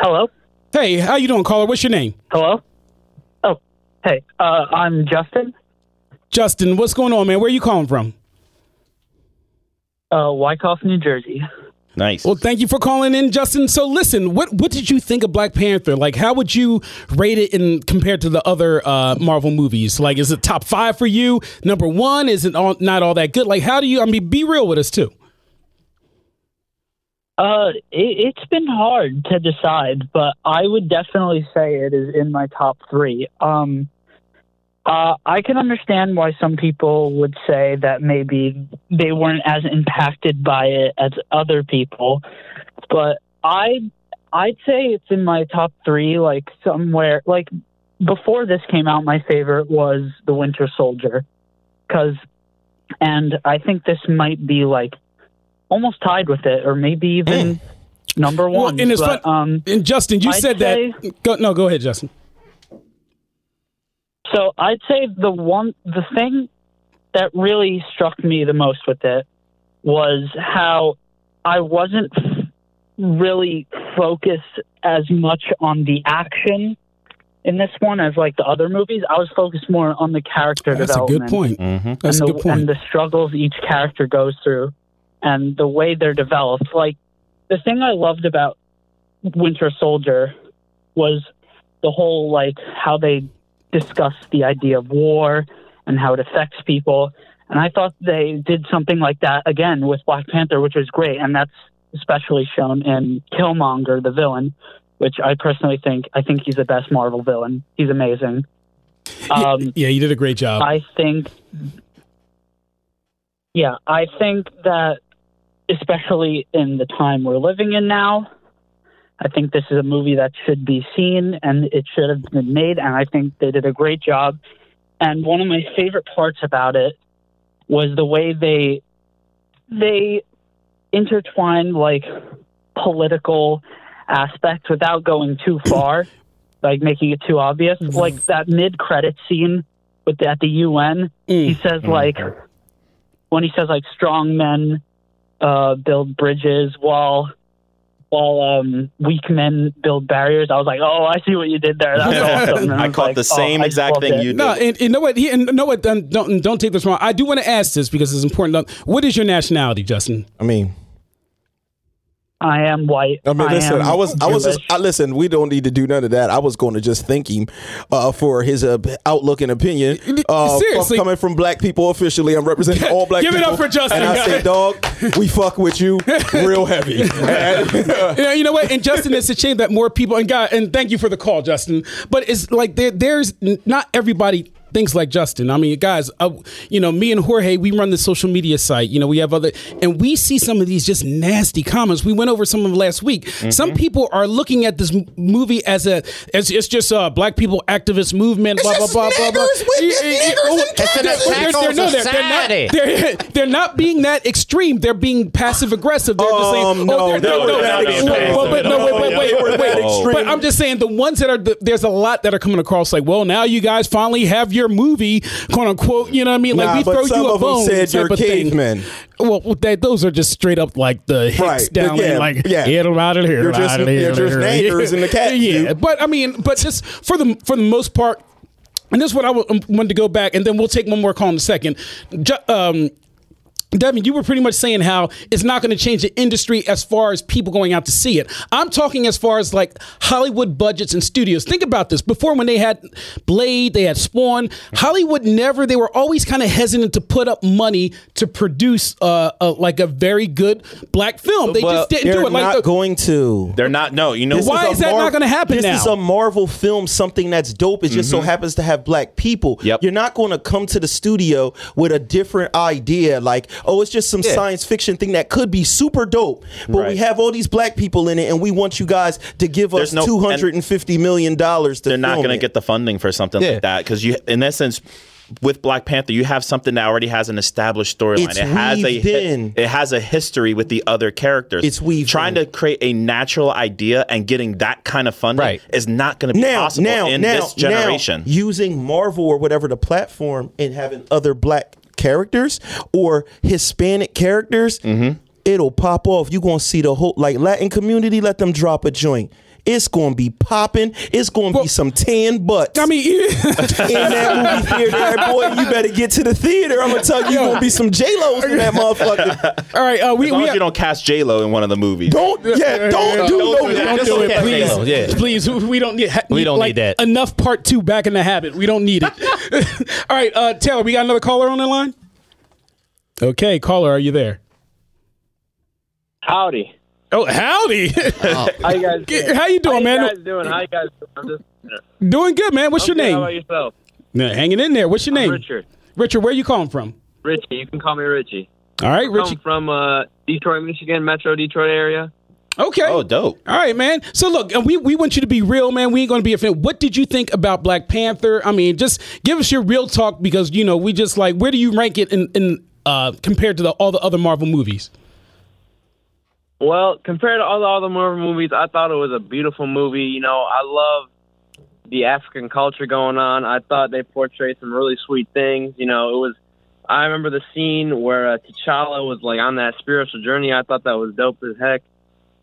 Speaker 12: Hello.
Speaker 1: Hey, how you doing, caller? What's your name?
Speaker 12: Hello. Oh, hey, uh, I'm Justin.
Speaker 1: Justin, what's going on, man? Where you calling from?
Speaker 12: Uh, Wyckoff, New Jersey.
Speaker 2: Nice.
Speaker 1: Well, thank you for calling in, Justin. So, listen, what what did you think of Black Panther? Like, how would you rate it in compared to the other uh, Marvel movies? Like, is it top five for you? Number one? Is it all, not all that good? Like, how do you? I mean, be real with us too.
Speaker 12: Uh, it, it's been hard to decide, but I would definitely say it is in my top three. Um, uh, I can understand why some people would say that maybe they weren't as impacted by it as other people, but I I'd say it's in my top three. Like somewhere like before this came out, my favorite was The Winter Soldier, because and I think this might be like almost tied with it, or maybe even number
Speaker 1: Hmm. Well,
Speaker 12: one.
Speaker 1: and it's
Speaker 12: but,
Speaker 1: fun-
Speaker 12: um,
Speaker 1: and Justin, you
Speaker 12: I'd
Speaker 1: said
Speaker 12: say-
Speaker 1: that. Go, no, go ahead, Justin.
Speaker 12: So I'd say the one the thing that really struck me the most with it was how I wasn't f- really focused as much on the action in this one as like the other movies. I was focused more on the character
Speaker 1: That's a
Speaker 12: development.
Speaker 1: good point.
Speaker 7: Mm-hmm.
Speaker 3: Mm-hmm.
Speaker 1: That's
Speaker 12: and
Speaker 1: a
Speaker 12: the,
Speaker 1: good point.
Speaker 12: And the struggles each character goes through and the way they're developed. Like, the thing I loved about Winter Soldier was the whole, like, how they discuss the idea of war and how it affects people. And I thought they did something like that again with Black Panther, which was great. And that's especially shown in Killmonger, the villain, which I personally think, I think he's the best Marvel villain. He's amazing. Um,
Speaker 1: yeah, you did a great job.
Speaker 12: I think, yeah, I think that especially in the time we're living in now, I think this is a movie that should be seen and it should have been made. And I think they did a great job. And one of my favorite parts about it was the way they they intertwined like political aspects without going too far, like making it too obvious.
Speaker 5: Mm-hmm.
Speaker 12: Like that mid credit scene with the, at the UN,
Speaker 5: Mm.
Speaker 12: he
Speaker 5: Mm-hmm.
Speaker 12: says like when he says like strong men uh, build bridges while while um, weak men build barriers. I was like, oh, I see what you did there. That's awesome. And
Speaker 2: I
Speaker 12: was
Speaker 2: caught
Speaker 12: like,
Speaker 2: the
Speaker 12: oh,
Speaker 2: same
Speaker 12: I
Speaker 2: exact
Speaker 12: loved
Speaker 2: thing
Speaker 12: it.
Speaker 2: you did.
Speaker 1: No, and, and know what? He, and know what? Don't, don't don't take this wrong. I do want to ask this because it's important. What is your nationality, Justin?
Speaker 5: I mean,
Speaker 12: I am white.
Speaker 5: I mean, listen.
Speaker 12: am
Speaker 5: I, was, I was, just,
Speaker 12: Jewish.
Speaker 5: I listen. We don't need to do none of that. I was going to just thank him uh, for his uh, outlook and opinion. Uh,
Speaker 1: Seriously.
Speaker 5: com- coming from black people officially, I'm representing all black.
Speaker 1: Give it
Speaker 5: people,
Speaker 1: up for Justin,
Speaker 5: And I say,
Speaker 1: guys.
Speaker 5: dog, we fuck with you real heavy.
Speaker 1: you, know, you know what? And Justin, it's a shame that more people and God and thank you for the call, Justin. But it's like there, there's n- not everybody thinks like Justin. I mean, guys, uh, you know, me and Jorge, we run the social media site. You know, we have other and we see some of these just nasty comments. We went over some of them last week. Some people are looking at this m- movie as a as it's just a black people activist movement. blah blah blah blah blah.
Speaker 11: It's an
Speaker 1: They're-
Speaker 11: attack
Speaker 1: they're-
Speaker 11: on
Speaker 1: no, they're-
Speaker 11: society.
Speaker 1: They're not, they're, they're not being that extreme. They're being passive aggressive. They're just
Speaker 5: Um,
Speaker 1: saying, oh, they're,
Speaker 5: they
Speaker 1: no,
Speaker 5: were
Speaker 1: no,
Speaker 5: not
Speaker 1: no,
Speaker 5: being
Speaker 1: no,
Speaker 5: passive
Speaker 1: wait,
Speaker 5: at
Speaker 1: no,
Speaker 5: all.
Speaker 1: wait, wait,
Speaker 5: They were
Speaker 1: wait,
Speaker 5: not
Speaker 1: wait.
Speaker 5: extreme.
Speaker 1: But I'm just saying the ones that are there's a lot that are coming across like, well, now you guys finally have your movie, quote unquote. You know what I mean? Like
Speaker 5: Nah,
Speaker 1: we
Speaker 5: but
Speaker 1: throw
Speaker 5: some
Speaker 1: you a
Speaker 5: of them
Speaker 1: bone.
Speaker 5: said
Speaker 1: type
Speaker 5: you're
Speaker 1: of thing.
Speaker 5: cavemen.
Speaker 1: Well, that, those are just straight up like the hicks
Speaker 5: Right,
Speaker 1: down
Speaker 5: yeah,
Speaker 1: there, like
Speaker 5: yeah.
Speaker 1: get 'em out of here.
Speaker 5: You're
Speaker 1: get 'em
Speaker 5: just-
Speaker 1: out of here,
Speaker 5: you're
Speaker 1: get 'em
Speaker 5: just
Speaker 1: out of here.
Speaker 5: neighbors in the cat
Speaker 1: Yeah,
Speaker 5: suit.
Speaker 1: but I mean, but just for the for the most part, and this is what I wa- um, wanted to go back, and then we'll take one more call in a second. Ju- um, Devin, you were pretty much saying how it's not going to change the industry as far as people going out to see it. I'm talking as far as like Hollywood budgets and studios. Think about this. Before, when they had Blade, they had Spawn, Hollywood never, they were always kind of hesitant to put up money to produce uh, a, like a very good black film. They
Speaker 5: Well,
Speaker 1: just didn't
Speaker 5: they're
Speaker 1: do it. Like uh,
Speaker 5: not
Speaker 1: the,
Speaker 5: going to.
Speaker 2: They're not. No, you know
Speaker 5: This
Speaker 1: Why
Speaker 5: a
Speaker 1: is that not gonna happen
Speaker 5: This
Speaker 1: now?
Speaker 5: is a Marvel film, something that's dope. It just so
Speaker 2: Mhm.
Speaker 5: happens to have black people. You're not going to come to the studio with a different idea, like, oh, it's just some
Speaker 2: Yeah.
Speaker 5: science fiction thing that could be super dope, but we
Speaker 2: Right.
Speaker 5: have all these black people in it, and we want you guys to give us
Speaker 2: There's no-
Speaker 5: two hundred and fifty million dollars to.
Speaker 2: they're not
Speaker 5: film
Speaker 2: going to
Speaker 5: it.
Speaker 2: get the funding for something
Speaker 5: Yeah.
Speaker 2: like that because you, in essence, with Black Panther, you have something that already has an established storyline.
Speaker 5: It's
Speaker 2: It has a
Speaker 5: weaved
Speaker 2: hi-
Speaker 5: in.
Speaker 2: it has a history with the other characters.
Speaker 5: It's weaved
Speaker 2: trying to create a natural idea and getting that kind of funding is not going to be possible in this generation.
Speaker 5: Now, using Marvel or whatever the platform and having other black characters or Hispanic
Speaker 2: Mm-hmm.
Speaker 5: characters, it'll pop off. You're gonna see the whole like Latin community, let them drop a joint. It's gonna be popping. It's gonna be some tan butts. I
Speaker 1: mean, in
Speaker 5: that movie theater, boy, you better get to the theater. I'm gonna tell you,
Speaker 1: Yo.
Speaker 5: gonna be some J Lo's in that motherfucker.
Speaker 1: All right, uh, we-
Speaker 2: as long
Speaker 1: we-
Speaker 2: as you don't cast J Lo in one of the movies.
Speaker 5: Don't yeah, don't do no.
Speaker 2: do that.
Speaker 1: Don't
Speaker 2: Just
Speaker 1: do
Speaker 2: don't
Speaker 1: it,
Speaker 2: cast J-Lo,
Speaker 1: please.
Speaker 2: yeah.
Speaker 1: Please, we- we don't need. ha-
Speaker 2: We don't need that.
Speaker 1: Enough part two back in the habit. We don't need it. All right, uh, Taylor, we got another caller on the line. Okay, caller, are you there?
Speaker 13: Howdy.
Speaker 1: Oh, howdy!
Speaker 13: How you guys? Doing?
Speaker 1: How you doing, man?
Speaker 13: How you guys doing? How you guys doing? I'm just,
Speaker 1: Doing good, man. What's
Speaker 13: I'm
Speaker 1: your
Speaker 13: good.
Speaker 1: name?
Speaker 13: How about yourself?
Speaker 1: Nah, hanging in there. What's your
Speaker 13: I'm
Speaker 1: name?
Speaker 13: Richard.
Speaker 1: Richard, where you calling from?
Speaker 13: Richie, you can call me Richie.
Speaker 1: All right,
Speaker 13: I'm
Speaker 1: Richie.
Speaker 13: from uh, Detroit, Michigan, Metro Detroit area.
Speaker 1: Okay. Oh,
Speaker 2: dope.
Speaker 1: All right, man. So look, uh, we, we want you to be real, man. We ain't gonna be offended. What did you think about Black Panther? I mean, just give us your real talk because you know we just like where do you rank it in, in uh, compared to the, all the other Marvel movies?
Speaker 13: Well, compared to all the other Marvel movies, I thought it was a beautiful movie. You know, I love the African culture going on. I thought they portrayed some really sweet things. You know, it was. I remember the scene where uh, T'Challa was like on that spiritual journey. I thought that was dope as heck.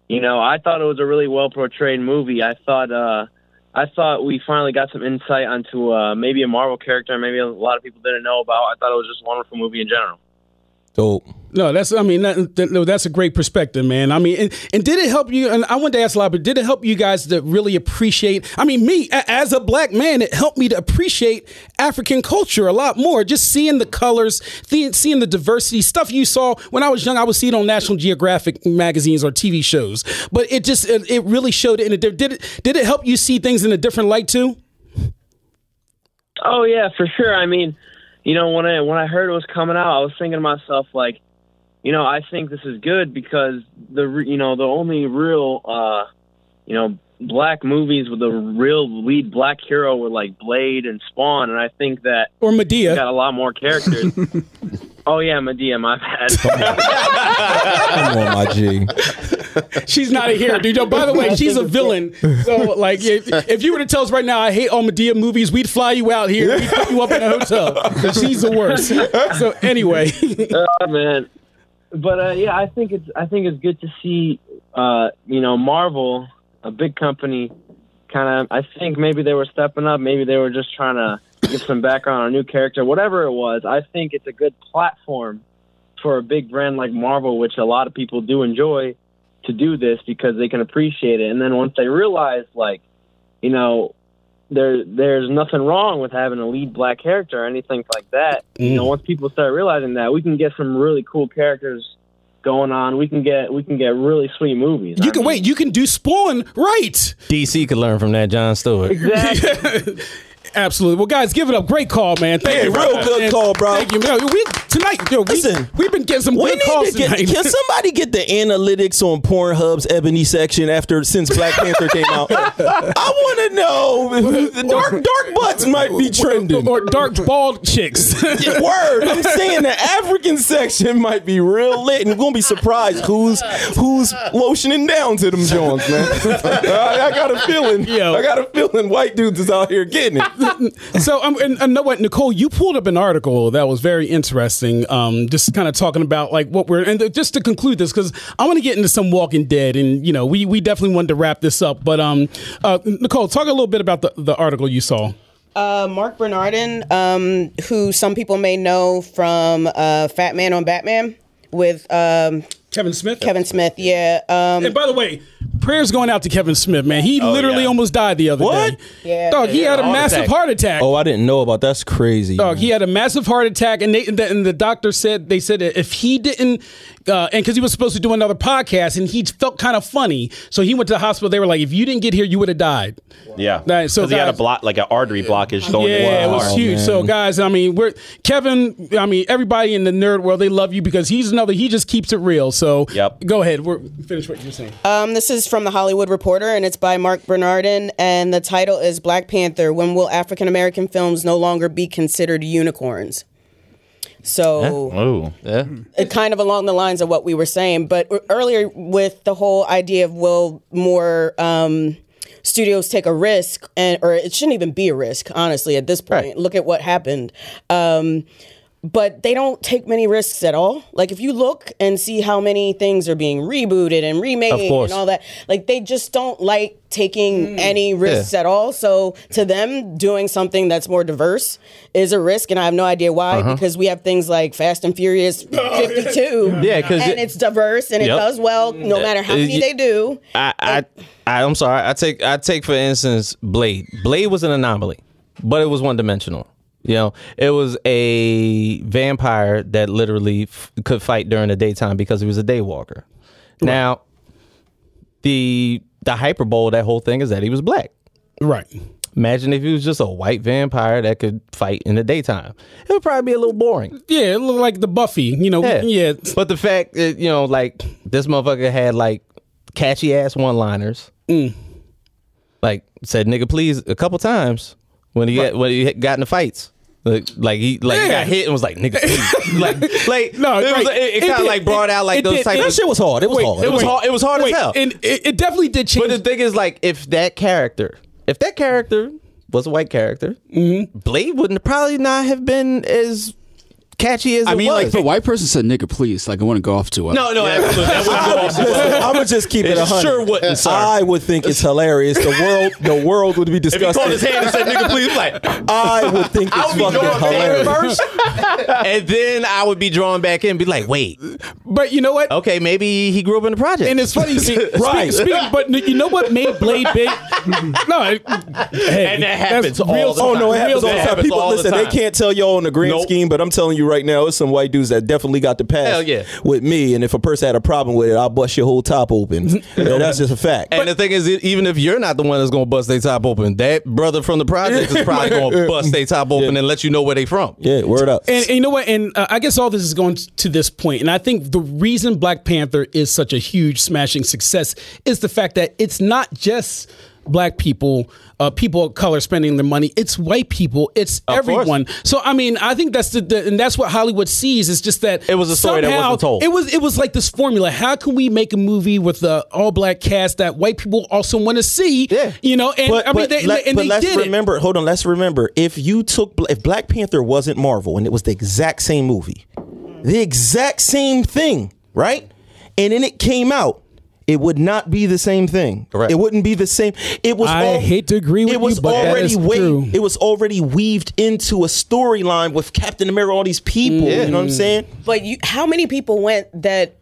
Speaker 13: You know, I thought it was a really well portrayed movie. I thought, uh, I thought we finally got some insight onto uh, maybe a Marvel character, maybe a lot of people didn't know about. I thought it was just a wonderful movie in general.
Speaker 1: Dope. No, that's I mean that, that- no, that's a great perspective, man. I mean, and, and did it help you? And I wanted to ask a lot, but did it help you guys to really appreciate? I mean, me a- as a black man, it helped me to appreciate African culture a lot more. Just seeing the colors, the, seeing the diversity stuff you saw when I was young, I would see it on National Geographic magazines or TV shows, but it just it, it really showed it in a di- did it did it help you see things in a different light too?
Speaker 13: Oh yeah, for sure. I mean, you know, when I when I heard it was coming out, I was thinking to myself like, you know, I think this is good because the re- you know the only real uh, you know black movies with a real lead black hero were like Blade and Spawn, and I think that
Speaker 1: Or Medea.
Speaker 13: we got a lot more characters. oh yeah, Medea, my bad.
Speaker 5: Come on, my G.
Speaker 1: She's not a hero, dude. Yo, by the way, she's a villain. So, like, if, if you were to tell us right now, I hate all Medea movies, we'd fly you out here, we'd put you up in a hotel. 'Cause She's the worst. So, anyway,
Speaker 13: oh man. But uh, yeah, I think it's I think it's good to see uh, you know Marvel, a big company, kind of. I think maybe they were stepping up. Maybe they were just trying to give some background on a new character, whatever it was. I think it's a good platform for a big brand like Marvel, which a lot of people do enjoy, to do this because they can appreciate it. And then once they realize, like, you know, there there's nothing wrong with having a lead black character or anything like that. You know,
Speaker 14: Mm.
Speaker 13: once people start realizing that, we can get some really cool characters going on. We can get we can get really sweet movies.
Speaker 1: you can wait, you can do Spawn right.
Speaker 3: DC could learn from that, John Stewart.
Speaker 1: Absolutely. Well, guys, give it up. Great call, man. Thank
Speaker 5: Yeah,
Speaker 1: you.
Speaker 5: real good
Speaker 1: man.
Speaker 5: call, bro.
Speaker 1: Thank you. Yo, we, tonight, yo, we, we've been getting some
Speaker 5: We
Speaker 1: good
Speaker 5: need
Speaker 1: calls
Speaker 5: to get,
Speaker 1: tonight.
Speaker 5: can somebody get the analytics on Pornhub's ebony section after since Black Panther came out? I want to know. The dark dark butts might be trending,
Speaker 1: or dark bald chicks.
Speaker 5: Word, I'm saying the African section might be real lit, and we're gonna be surprised who's who's lotioning down to them joints, man. I, I got a feeling. I got a feeling white dudes is out here getting it.
Speaker 1: so um, and, and know what Nicole, you pulled up an article that was very interesting. Um, just kind of talking about like what we're and uh, just to conclude this because I want to get into some Walking Dead and you know we we definitely wanted to wrap this up. But um, uh, Nicole, talk a little bit about the, the article you saw.
Speaker 7: Uh, Mark Bernardin, um, who some people may know from uh, Fat Man on Batman with um,
Speaker 1: Kevin Smith.
Speaker 7: Kevin Smith, yeah. Um,
Speaker 1: and by the way, prayers going out to Kevin Smith, man. He
Speaker 7: Oh,
Speaker 1: literally
Speaker 7: yeah.
Speaker 1: almost died the other
Speaker 7: What?
Speaker 1: day.
Speaker 7: Yeah.
Speaker 1: Dog, he
Speaker 7: Yeah.
Speaker 1: had a
Speaker 7: Heart
Speaker 1: massive
Speaker 7: attack.
Speaker 1: heart attack.
Speaker 5: Oh, I didn't know about that's crazy.
Speaker 1: Dog, he had a massive heart attack, and they and the, and the doctor said they said that if he didn't, uh, and because he was supposed to do another podcast, and he felt kind of funny, so he went to the hospital. They were like, "If you didn't get here, you would have died."
Speaker 2: Yeah,
Speaker 1: Right, so
Speaker 2: because he had a
Speaker 1: guys-
Speaker 2: block, like an artery blockage going. into
Speaker 1: yeah,
Speaker 2: his
Speaker 1: it was
Speaker 2: heart.
Speaker 1: huge.
Speaker 3: Oh,
Speaker 1: So, guys, I mean, we're Kevin. I mean, everybody in the nerd world, they love you because he's another. He just keeps it real. So, yep. Go ahead. We're finish what you're saying.
Speaker 7: Um, this is from the Hollywood Reporter, and it's by Mark Bernardin, and the title is "Black Panther: When Will African American Films No Longer Be Considered Unicorns?" So,
Speaker 2: Oh, yeah.
Speaker 7: it uh, kind of along the lines of what we were saying, but e- earlier with the whole idea of will more um, studios take a risk, and or it shouldn't even be a risk, honestly. At this point, look at what happened. Um, but they don't take many risks at all. Like if you look and see how many things are being rebooted and
Speaker 3: Of
Speaker 7: remade
Speaker 3: course.
Speaker 7: and
Speaker 3: Mm.
Speaker 7: all that, like they just don't like taking any risks
Speaker 3: Yeah.
Speaker 7: at all. So to them, doing something that's more diverse is a risk, and I have no idea why
Speaker 3: Uh-huh.
Speaker 7: because we have things like Fast and Furious 52,
Speaker 3: Yeah, 'cause
Speaker 7: and
Speaker 3: it-
Speaker 7: it's diverse and it
Speaker 3: Yep.
Speaker 7: does well no matter how
Speaker 3: Uh,
Speaker 7: many
Speaker 3: y-
Speaker 7: they do.
Speaker 3: I, I, I, I'm sorry. I take, I take for instance, Blade. Blade was an anomaly, but it was one dimensional. You know, it was a vampire that literally f- could fight during the daytime because he was a daywalker. Now, the the hyperbole of that whole thing is that he was black.
Speaker 1: Right.
Speaker 3: Imagine if he was just a white vampire that could fight in the daytime. It would probably be a little boring.
Speaker 1: Yeah, it looked like the Buffy, you know.
Speaker 3: Yeah.
Speaker 1: yeah.
Speaker 3: But the fact that, you know, like this motherfucker had like catchy ass one liners.
Speaker 1: Mm.
Speaker 3: Like said nigga please a couple times when he got when he got in the fights. Like, like he like
Speaker 1: Yeah.
Speaker 3: got hit and was like nigga please. like like
Speaker 1: No,
Speaker 3: it, was-
Speaker 1: right.
Speaker 3: it, kind
Speaker 1: did-
Speaker 3: of like brought out like
Speaker 1: it
Speaker 3: those
Speaker 1: did-
Speaker 3: type
Speaker 1: it-
Speaker 3: of Wait, It was
Speaker 1: wait,
Speaker 3: hard it was hard
Speaker 1: wait,
Speaker 3: as hell.
Speaker 1: And it, it definitely did change.
Speaker 3: But the thing is, like, if that character, if that character was a white character,
Speaker 1: Mm-hmm.
Speaker 3: Blade wouldn't probably not have been as catchy as
Speaker 4: I
Speaker 3: it
Speaker 4: mean,
Speaker 3: was.
Speaker 4: like, if a white person said, nigga, please, like, I want to go off to it.
Speaker 3: no, no, absolutely, that wouldn't go off too well.
Speaker 5: I'm gonna just keep it
Speaker 3: It
Speaker 5: a hundred.
Speaker 3: sure wouldn't, sir.
Speaker 5: I would think it's hilarious. The world, the world would be
Speaker 3: If he
Speaker 5: disgusted.
Speaker 3: called his hand and said, "Nigga, please," like,
Speaker 5: I would think it's fucking hilarious.
Speaker 3: and then I would be drawn back in, and be like, "Wait,
Speaker 1: but you know what?
Speaker 3: Okay, maybe he grew up in the project."
Speaker 1: And it's funny, see,
Speaker 3: Right.
Speaker 1: right? Speak, speak, but you know what made Blade big? no, it- hey,
Speaker 3: And that
Speaker 1: that's
Speaker 3: happens all
Speaker 1: real
Speaker 3: the
Speaker 5: Oh
Speaker 1: talk,
Speaker 5: no, it
Speaker 1: real
Speaker 5: happens all the
Speaker 1: talk.
Speaker 5: time. People listen, they can't tell y'all in the grand
Speaker 3: Nope.
Speaker 5: scheme, but I'm telling you right now, it's some white dudes that definitely got the pass
Speaker 3: Hell yeah.
Speaker 5: with me. And if a person had a problem with it, I'll bust your whole top open. You know, that's just a fact.
Speaker 3: And the thing is, it- even if you're not the one that's gonna bust their top open, that brother from the project is probably gonna bust their top open and let you know where they from.
Speaker 5: Yeah, word up.
Speaker 1: And, and you know what? And uh, I guess all this is going t- to this point, and I think the reason Black Panther is such a huge smashing success is the fact that it's not just black people, uh, people of color spending their money. It's white people. It's everyone. So I mean, I think that's the, the and that's what Hollywood sees. It's just that it
Speaker 3: was a story that wasn't told.
Speaker 1: It was it was like this formula. How can we make a movie with the all black cast that white people also want to see? Yeah, you know. And I mean, they,
Speaker 5: let-
Speaker 1: and
Speaker 5: but
Speaker 1: they
Speaker 5: let's
Speaker 1: did it.
Speaker 5: remember. Hold on, let's remember. If you took, Bla- if Black Panther wasn't Marvel and it was the exact same movie, the exact same thing, right? And then it came out. It would not be the same thing. Correct. It wouldn't be the same. It was.
Speaker 1: I
Speaker 5: al-
Speaker 1: hate to agree with
Speaker 5: It was
Speaker 1: you, but that
Speaker 5: already
Speaker 1: is
Speaker 5: wea-
Speaker 1: true.
Speaker 5: It was already weaved into a storyline with Captain America, all these people. You know
Speaker 1: Mm.
Speaker 5: what I'm saying?
Speaker 7: But you, how many people went that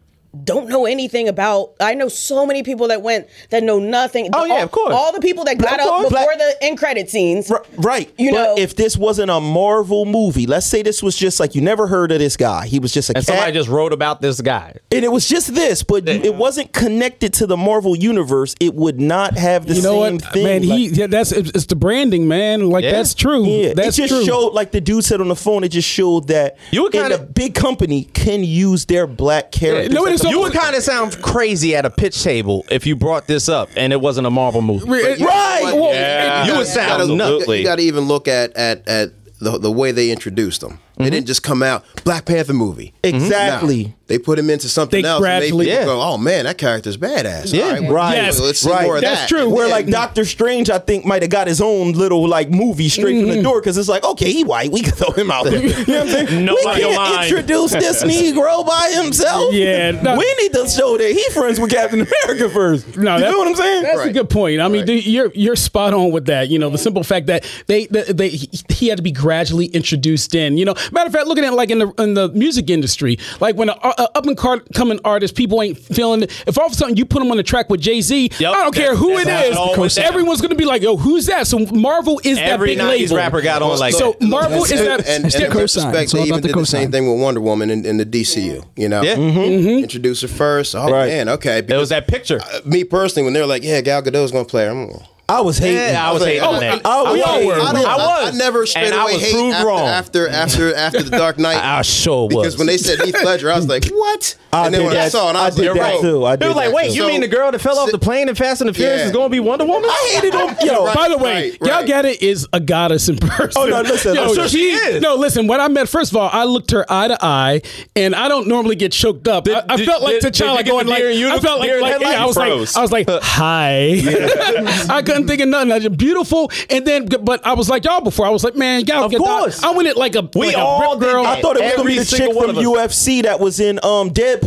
Speaker 7: don't know anything about? I know so many people that went that know nothing. Oh yeah, of course. All the people that got
Speaker 5: Of
Speaker 7: up
Speaker 5: course.
Speaker 7: before
Speaker 5: Black-
Speaker 7: the end credit scenes.
Speaker 5: Right.
Speaker 7: You
Speaker 5: but
Speaker 7: know-
Speaker 5: if this wasn't a Marvel movie, let's say this was just like you never heard of this guy. He was just a
Speaker 3: And
Speaker 5: cat.
Speaker 3: somebody just wrote about this guy.
Speaker 5: And it was just this, but it wasn't connected to the Marvel universe. It would not have the
Speaker 1: you know
Speaker 5: same
Speaker 1: what,
Speaker 5: thing.
Speaker 1: man?
Speaker 5: Like,
Speaker 1: He yeah, that's it's, it's the branding, man. Like
Speaker 5: Yeah.
Speaker 1: that's true.
Speaker 5: yeah,
Speaker 1: that's
Speaker 5: it just
Speaker 1: true.
Speaker 5: showed, like the dude said on the phone, it just showed that
Speaker 3: You were
Speaker 5: in
Speaker 3: kinda-
Speaker 5: a big company can use their black characters.
Speaker 3: you,
Speaker 5: Like the-
Speaker 3: would kind of sound crazy at a pitch table if you brought this up and it wasn't a Marvel movie.
Speaker 5: right.
Speaker 3: Well, Yeah. you would sound
Speaker 8: gotta,
Speaker 3: nuts.
Speaker 8: You got to even look at at at the, the way they introduced them. They didn't just come out Black Panther movie.
Speaker 5: Exactly.
Speaker 8: No, they put him into something
Speaker 1: They
Speaker 8: else. and made
Speaker 1: gradually-
Speaker 8: people
Speaker 1: Yeah.
Speaker 8: go, oh man, that character's badass.
Speaker 5: Yeah,
Speaker 8: All right, well,
Speaker 5: right.
Speaker 8: well, let's see
Speaker 5: right.
Speaker 8: more of
Speaker 5: That's
Speaker 8: that.
Speaker 5: true.
Speaker 8: And
Speaker 5: Where
Speaker 8: then-
Speaker 5: like Doctor Strange, I think might have got his own little like movie straight from
Speaker 3: Mm-hmm.
Speaker 5: the door because it's like, okay, he white, we can throw him out there. You know what I'm saying?
Speaker 3: Nobody
Speaker 5: we can't
Speaker 3: mind.
Speaker 5: introduce this Negro by himself.
Speaker 1: Yeah, no.
Speaker 5: we need to show that he friends with Captain America first.
Speaker 1: No,
Speaker 5: you
Speaker 1: that's-
Speaker 5: know what I'm saying?
Speaker 1: That's a good point. I mean, dude, you're you're spot on with that. You know, the simple fact that they they, they he, he had to be gradually introduced in. You know, matter of fact, looking at like in the in the music industry, like when an up and car- coming artist, people ain't feeling. it. If all of a sudden you put them on the track with Jay Z,
Speaker 3: Yep,
Speaker 1: I don't
Speaker 3: that-
Speaker 1: care who it
Speaker 3: that's happened always
Speaker 1: is,
Speaker 3: down.
Speaker 1: everyone's gonna be like, "Yo, who's that?" So Marvel is
Speaker 3: Every
Speaker 1: that big
Speaker 3: 90s
Speaker 1: label.
Speaker 3: rapper got on like
Speaker 1: so.
Speaker 3: that.
Speaker 1: Marvel is
Speaker 8: and,
Speaker 1: that
Speaker 8: and,
Speaker 1: it's
Speaker 8: and
Speaker 1: their
Speaker 8: in retrospect, they even did the same thing with Wonder Woman in, in the DCU. You know,
Speaker 3: Yeah.
Speaker 8: introduce her first. Oh
Speaker 5: Right.
Speaker 8: man, okay.
Speaker 3: It was that picture.
Speaker 8: Uh, me personally, when they're like, "Yeah, Gal Gadot's gonna play," her, I'm like,
Speaker 5: I was hating.
Speaker 3: Yeah, I was hating on that.
Speaker 5: I was
Speaker 3: We all
Speaker 5: hating.
Speaker 3: were.
Speaker 8: I,
Speaker 3: I
Speaker 8: didn't- I,
Speaker 3: was.
Speaker 8: I never straight
Speaker 3: And I
Speaker 8: away
Speaker 3: was
Speaker 8: hate
Speaker 3: proved
Speaker 8: after,
Speaker 3: wrong.
Speaker 8: after after after the Dark Knight
Speaker 3: I sure was.
Speaker 8: because when they said Heath Ledger, I was like, "What?"
Speaker 5: I
Speaker 8: and then
Speaker 5: did
Speaker 8: when I
Speaker 5: that-
Speaker 8: saw it, I,
Speaker 5: I
Speaker 8: was
Speaker 5: did
Speaker 8: like,
Speaker 5: that
Speaker 8: right.
Speaker 5: too. I They
Speaker 3: Dude, like, wait, you mean the girl that fell off the plane in Fast and the Furious
Speaker 8: Yeah.
Speaker 3: is going to be Wonder Woman?
Speaker 8: I hated him.
Speaker 1: Yo,
Speaker 8: Right,
Speaker 1: by the way,
Speaker 8: right,
Speaker 1: Gal
Speaker 8: right.
Speaker 1: Gadot is a goddess in person.
Speaker 5: Oh, no, listen, I'm sure she is.
Speaker 1: No, listen. When I met, first of all, I looked her eye to eye, and I don't normally get choked up. I, I
Speaker 3: did-
Speaker 1: felt like
Speaker 3: did- did
Speaker 1: T'Challa
Speaker 3: you get
Speaker 1: going
Speaker 3: the
Speaker 1: like,
Speaker 3: deer in
Speaker 1: I
Speaker 3: uniform-
Speaker 1: felt
Speaker 3: deer
Speaker 1: like,
Speaker 3: in
Speaker 1: like
Speaker 3: headlights?
Speaker 1: yeah, I was
Speaker 3: Froze.
Speaker 1: like, I was like, hi. I couldn't think of nothing. I just beautiful, and then but I was like y'all before. I was like, man, Gal Gadot. I went it like a like a rip girl.
Speaker 5: I thought it was gonna be the chick from UFC that was in um Deadpool.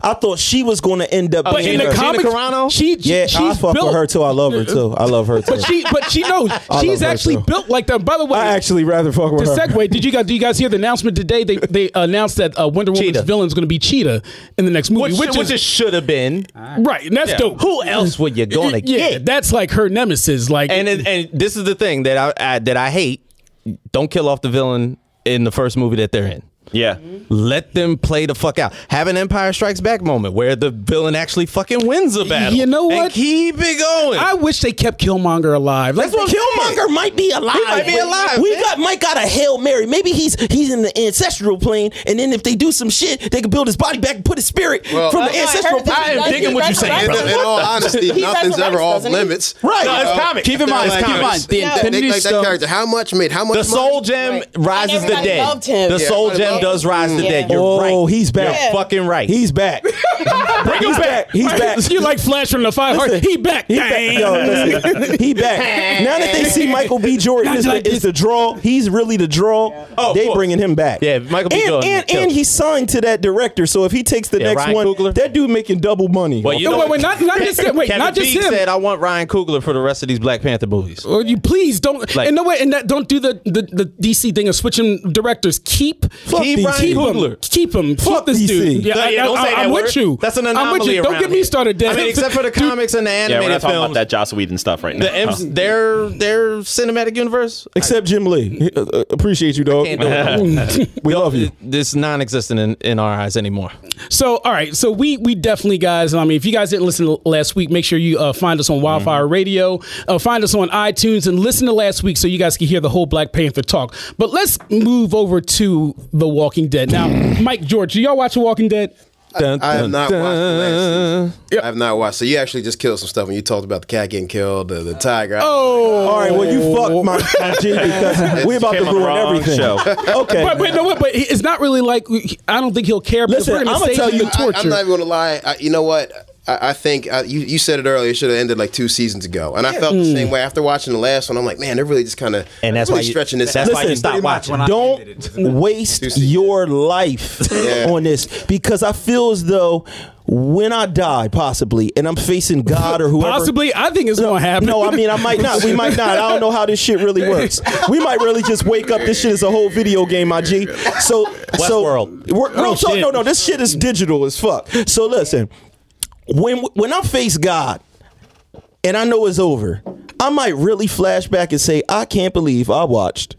Speaker 5: I thought she was gonna end up.
Speaker 1: But in
Speaker 5: being
Speaker 1: the
Speaker 5: her.
Speaker 1: comics, she
Speaker 5: yeah,
Speaker 1: she's
Speaker 5: I fuck
Speaker 1: built.
Speaker 5: with her too. I love her too. I love her too.
Speaker 1: But she, but she knows
Speaker 5: I love
Speaker 1: she's
Speaker 5: her,
Speaker 1: actually
Speaker 5: too.
Speaker 1: built like that. By the way,
Speaker 5: I actually rather fuck
Speaker 1: to
Speaker 5: with her.
Speaker 1: segue, did you guys do you guys hear the announcement today? They they announced that uh, Wonder Woman's villain is going to be Cheetah in the next movie,
Speaker 3: Which,
Speaker 1: which,
Speaker 3: which
Speaker 1: is
Speaker 3: it should have been.
Speaker 1: right, and that's
Speaker 3: Yeah.
Speaker 1: dope.
Speaker 3: Who else were you gonna
Speaker 1: Yeah,
Speaker 3: get?
Speaker 1: that's like her nemesis. Like,
Speaker 3: And it, and this is the thing that I, I that I hate. Don't kill off the villain in the first movie that they're in.
Speaker 2: Yeah.
Speaker 3: Let them play the fuck out. Have an Empire Strikes Back moment where the villain actually fucking wins a battle.
Speaker 1: you know
Speaker 3: And
Speaker 1: what?
Speaker 3: keep it going.
Speaker 1: I wish they kept Killmonger alive. Like,
Speaker 5: That's what Killmonger might be alive.
Speaker 3: He might be
Speaker 5: but
Speaker 3: alive,
Speaker 5: We
Speaker 3: man.
Speaker 5: got Mike got a hail mary. Maybe he's he's in the ancestral plane, and then if they do some shit, they can build his body back and put his spirit
Speaker 8: Well,
Speaker 5: from the
Speaker 8: I- I
Speaker 5: ancestral
Speaker 7: heard that
Speaker 5: plane.
Speaker 7: he I am does- digging he what you're saying,
Speaker 8: In,
Speaker 7: brother.
Speaker 8: in all honesty,
Speaker 7: He
Speaker 8: nothing's
Speaker 7: resurrects,
Speaker 8: ever off
Speaker 7: doesn't he?
Speaker 8: limits.
Speaker 5: Right.
Speaker 3: No, it's comic. Keep in
Speaker 8: They're
Speaker 3: mind, it's
Speaker 8: like,
Speaker 3: comic.
Speaker 8: come on,
Speaker 7: Yeah.
Speaker 8: they- they-
Speaker 7: Infinity
Speaker 8: like that
Speaker 7: Stone-
Speaker 8: character. How much made? How much?
Speaker 3: the Soul
Speaker 8: money?
Speaker 3: Gem
Speaker 7: Right.
Speaker 3: rises
Speaker 7: And
Speaker 3: the
Speaker 7: everybody
Speaker 3: dead.
Speaker 7: loved him.
Speaker 3: The
Speaker 7: Yeah,
Speaker 3: Soul
Speaker 8: everybody
Speaker 3: Gem
Speaker 8: loved
Speaker 3: does
Speaker 8: him.
Speaker 3: rise the
Speaker 7: Yeah.
Speaker 3: dead. You're
Speaker 5: Oh,
Speaker 3: right.
Speaker 5: he's back.
Speaker 7: Yeah.
Speaker 3: Fucking right.
Speaker 5: He's back.
Speaker 1: bring him back.
Speaker 5: He's back.
Speaker 1: you like Flash from the Five Heart?
Speaker 5: Listen.
Speaker 1: He back.
Speaker 5: He back.
Speaker 1: Dang.
Speaker 5: Yo, listen, he back. Now that they see Michael B. Jordan is, the, is the draw, he's really the draw.
Speaker 3: Oh,
Speaker 5: they
Speaker 3: cool.
Speaker 5: bringing him back.
Speaker 3: Yeah, Michael B.
Speaker 5: And
Speaker 3: Jordan
Speaker 5: and,
Speaker 3: killed
Speaker 5: and
Speaker 3: it.
Speaker 5: he's signed to that director, so if he takes the
Speaker 3: Yeah,
Speaker 5: next
Speaker 3: Ryan
Speaker 5: one,
Speaker 3: Coogler.
Speaker 5: that dude making double money.
Speaker 3: Well, you
Speaker 1: No,
Speaker 3: know
Speaker 1: wait, wait, not,
Speaker 3: what?
Speaker 1: not just him. Wait,
Speaker 3: Kevin
Speaker 1: not just
Speaker 3: Feige
Speaker 1: him. Oh,
Speaker 3: said, "I want Ryan Coogler for the rest of these Black Panther movies."
Speaker 1: Well, you please don't
Speaker 3: Like-
Speaker 1: and no way and that don't do the, the, the DC thing of switching directors. Keep
Speaker 3: Keep
Speaker 1: keep,
Speaker 3: Ryan
Speaker 1: him,
Speaker 3: Coogler.
Speaker 1: keep him. Fuck
Speaker 5: Fuck
Speaker 1: this
Speaker 5: DC.
Speaker 1: dude.
Speaker 3: Yeah, yeah, don't say
Speaker 1: I,
Speaker 3: that
Speaker 1: am
Speaker 3: word.
Speaker 1: with you.
Speaker 3: That's an
Speaker 1: I'm with
Speaker 3: anomaly
Speaker 1: you. Don't
Speaker 3: around
Speaker 1: get me
Speaker 3: here.
Speaker 1: started. Dan.
Speaker 3: I mean, except for the comics and the
Speaker 2: Yeah, we're
Speaker 3: animated
Speaker 2: not talking
Speaker 3: films.
Speaker 2: about that Joss Whedon stuff right now.
Speaker 3: The M's, their their cinematic universe.
Speaker 5: Except Jim Lee. Uh, uh, appreciate you, dog.
Speaker 3: Can't do it.
Speaker 5: We love you.
Speaker 3: This non-existent in, in our eyes anymore.
Speaker 1: So, all right. So we we definitely, guys. I mean, if you guys didn't listen to last week, make sure you uh, find us on Wildfire Radio. Uh, find us on iTunes and listen to last week so you guys can hear the whole Black Panther talk. But let's move over to The Walking Dead now. Mike George, do y'all watch The Walking Dead?
Speaker 8: I have not watched the last season.
Speaker 1: Yep.
Speaker 8: I have not watched. So you actually just killed some stuff when you talked about the cat getting killed, the, the tiger.
Speaker 1: Oh,
Speaker 5: All right, well, you fucked my, my G because we're about to
Speaker 2: Came on the
Speaker 5: ruin
Speaker 2: wrong
Speaker 5: everything.
Speaker 2: show.
Speaker 5: Okay.
Speaker 1: But, but no, but but it's not really like I don't think he'll care. because
Speaker 5: Listen,
Speaker 1: we're gonna
Speaker 5: I'ma
Speaker 1: save
Speaker 5: tell
Speaker 1: him
Speaker 5: you,
Speaker 1: the
Speaker 8: I,
Speaker 1: torture.
Speaker 8: am not even gonna lie. I, you know what? I, I think I, you you said it earlier. It should have ended like two seasons ago, and I felt the
Speaker 5: Mm.
Speaker 8: same way after watching the last one. I'm like, man, they're really just kind of
Speaker 3: And that's why
Speaker 8: really
Speaker 3: you-
Speaker 8: stretching this.
Speaker 3: that's
Speaker 8: out.
Speaker 3: why you stop watching.
Speaker 5: Don't waste
Speaker 8: seasons.
Speaker 5: your life
Speaker 8: Yeah.
Speaker 5: on this because I feel as though when I die, possibly, and I'm facing God or whoever.
Speaker 1: Possibly, I think it's gonna happen.
Speaker 5: No, I mean I might not. We might not. I don't know how this shit really works. We might really just wake up. This shit is a whole video game, my G. So, so
Speaker 3: Westworld.
Speaker 5: We're, real talk,
Speaker 1: shit.
Speaker 5: no, no, this shit is digital as fuck. So listen, when when I face God, and I know it's over, I might really flash back and say, I can't believe I watched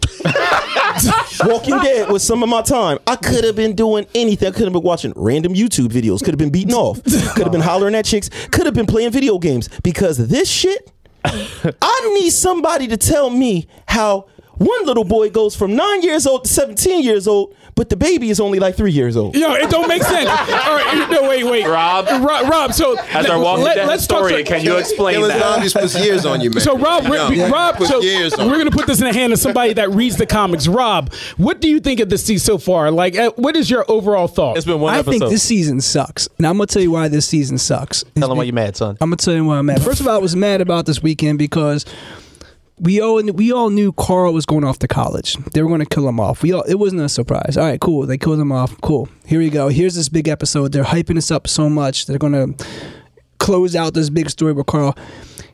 Speaker 5: Walking Dead was some of my time. I could have been doing anything. I could have been watching random YouTube videos. Could have been beating off. Could have been hollering at chicks. Could have been playing video games. Because this shit, I need somebody to tell me how one little boy goes from nine years old to 17 years old, but the baby is only like three years old.
Speaker 1: Yo, it don't make sense. All right, no, wait, wait,
Speaker 2: Rob?
Speaker 1: Rob, Rob. So
Speaker 2: As our Walking Dead historian, can you explain
Speaker 8: Killing
Speaker 2: that?
Speaker 8: zombies puts years on you, man.
Speaker 1: So Rob,
Speaker 8: No,
Speaker 1: we're, Rob,
Speaker 8: puts
Speaker 1: so
Speaker 8: years on.
Speaker 1: we're gonna put this in the hand of somebody that reads the comics. Rob, what do you think of this season so far? Like, uh, what is your overall thought?
Speaker 3: It's been one
Speaker 9: I
Speaker 3: episode.
Speaker 9: think this season sucks, and I'm gonna tell you why this season sucks.
Speaker 3: Tell them why you mad, son.
Speaker 9: I'm gonna tell you why I'm mad. First of all, I was mad about this weekend because we all we all knew Carl was going off to college. They were going to kill him off. We all it wasn't a surprise. All right, cool. They killed him off. Cool. Here we go. Here's this big episode. They're hyping us up so much. They're going to close out this big story with Carl.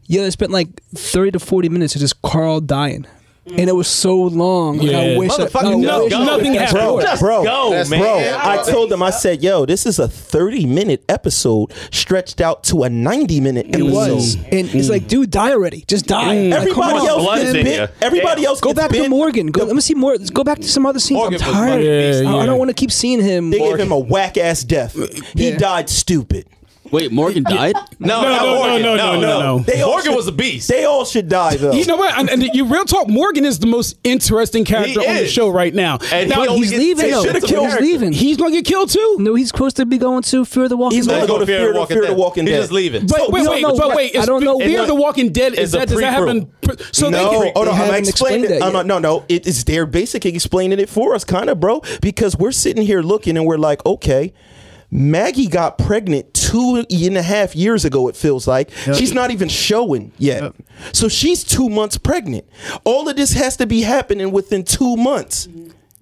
Speaker 9: Yeah, they spent like thirty to forty minutes of just Carl dying. And it was so long. Yeah.
Speaker 1: Yeah.
Speaker 9: I wish I- I
Speaker 3: Motherfucking
Speaker 9: wish I-
Speaker 1: nothing
Speaker 9: I-
Speaker 1: happened.
Speaker 5: bro,
Speaker 1: Just
Speaker 5: bro,
Speaker 3: go,
Speaker 5: bro,
Speaker 3: man.
Speaker 5: I told them, I said, yo, this is a 30 minute episode stretched out to a 90 minute
Speaker 9: It
Speaker 5: episode.
Speaker 9: was. And it's like, dude, die already. Just die. Like, come
Speaker 5: Everybody
Speaker 9: on.
Speaker 5: else
Speaker 2: Blood's
Speaker 5: gets
Speaker 2: in
Speaker 5: bit.
Speaker 2: ya.
Speaker 5: Everybody else
Speaker 9: Go
Speaker 5: gets
Speaker 9: back
Speaker 5: bit.
Speaker 9: to Morgan. Go, let me see more. Let's go back to some other scenes.
Speaker 3: Morgan
Speaker 9: I'm
Speaker 3: was
Speaker 9: tired.
Speaker 1: Yeah,
Speaker 9: I, I
Speaker 1: yeah.
Speaker 9: don't want to keep seeing him.
Speaker 5: They gave him a whack ass death. He
Speaker 9: Yeah.
Speaker 5: died stupid.
Speaker 4: Wait, Morgan died?
Speaker 1: No, no, no, no, no, no, no, no.
Speaker 5: They all should- They all should die though.
Speaker 1: You know what? And, and you real talk. Morgan is the most interesting character
Speaker 5: He
Speaker 1: on the
Speaker 5: is.
Speaker 1: show right now.
Speaker 5: And
Speaker 1: now
Speaker 5: he only
Speaker 9: He's leaving. Though.
Speaker 5: should've
Speaker 9: He's
Speaker 5: killed her.
Speaker 9: leaving.
Speaker 1: He's gonna get killed too.
Speaker 9: No, he's supposed to be going to Fear the Walking
Speaker 5: He's
Speaker 9: Dead.
Speaker 5: gonna go to Fear, the Walking Dead.
Speaker 3: He's just leaving.
Speaker 1: But wait, wait, but wait.
Speaker 9: I
Speaker 1: is
Speaker 9: don't know.
Speaker 1: Fear the Walking Dead. Is that does that happen? So
Speaker 5: no,
Speaker 1: they can,
Speaker 5: hold on, I'm
Speaker 1: haven't explained
Speaker 5: explaining it.
Speaker 1: that
Speaker 5: I'm
Speaker 1: yet.
Speaker 5: not- no, no, it is they're basically explaining it for us, kind of, bro, because we're sitting here looking and we're like, okay. Maggie got pregnant two and a half years ago. It feels like she's not even showing yet, so she's two months pregnant. All of this has to be happening within two months.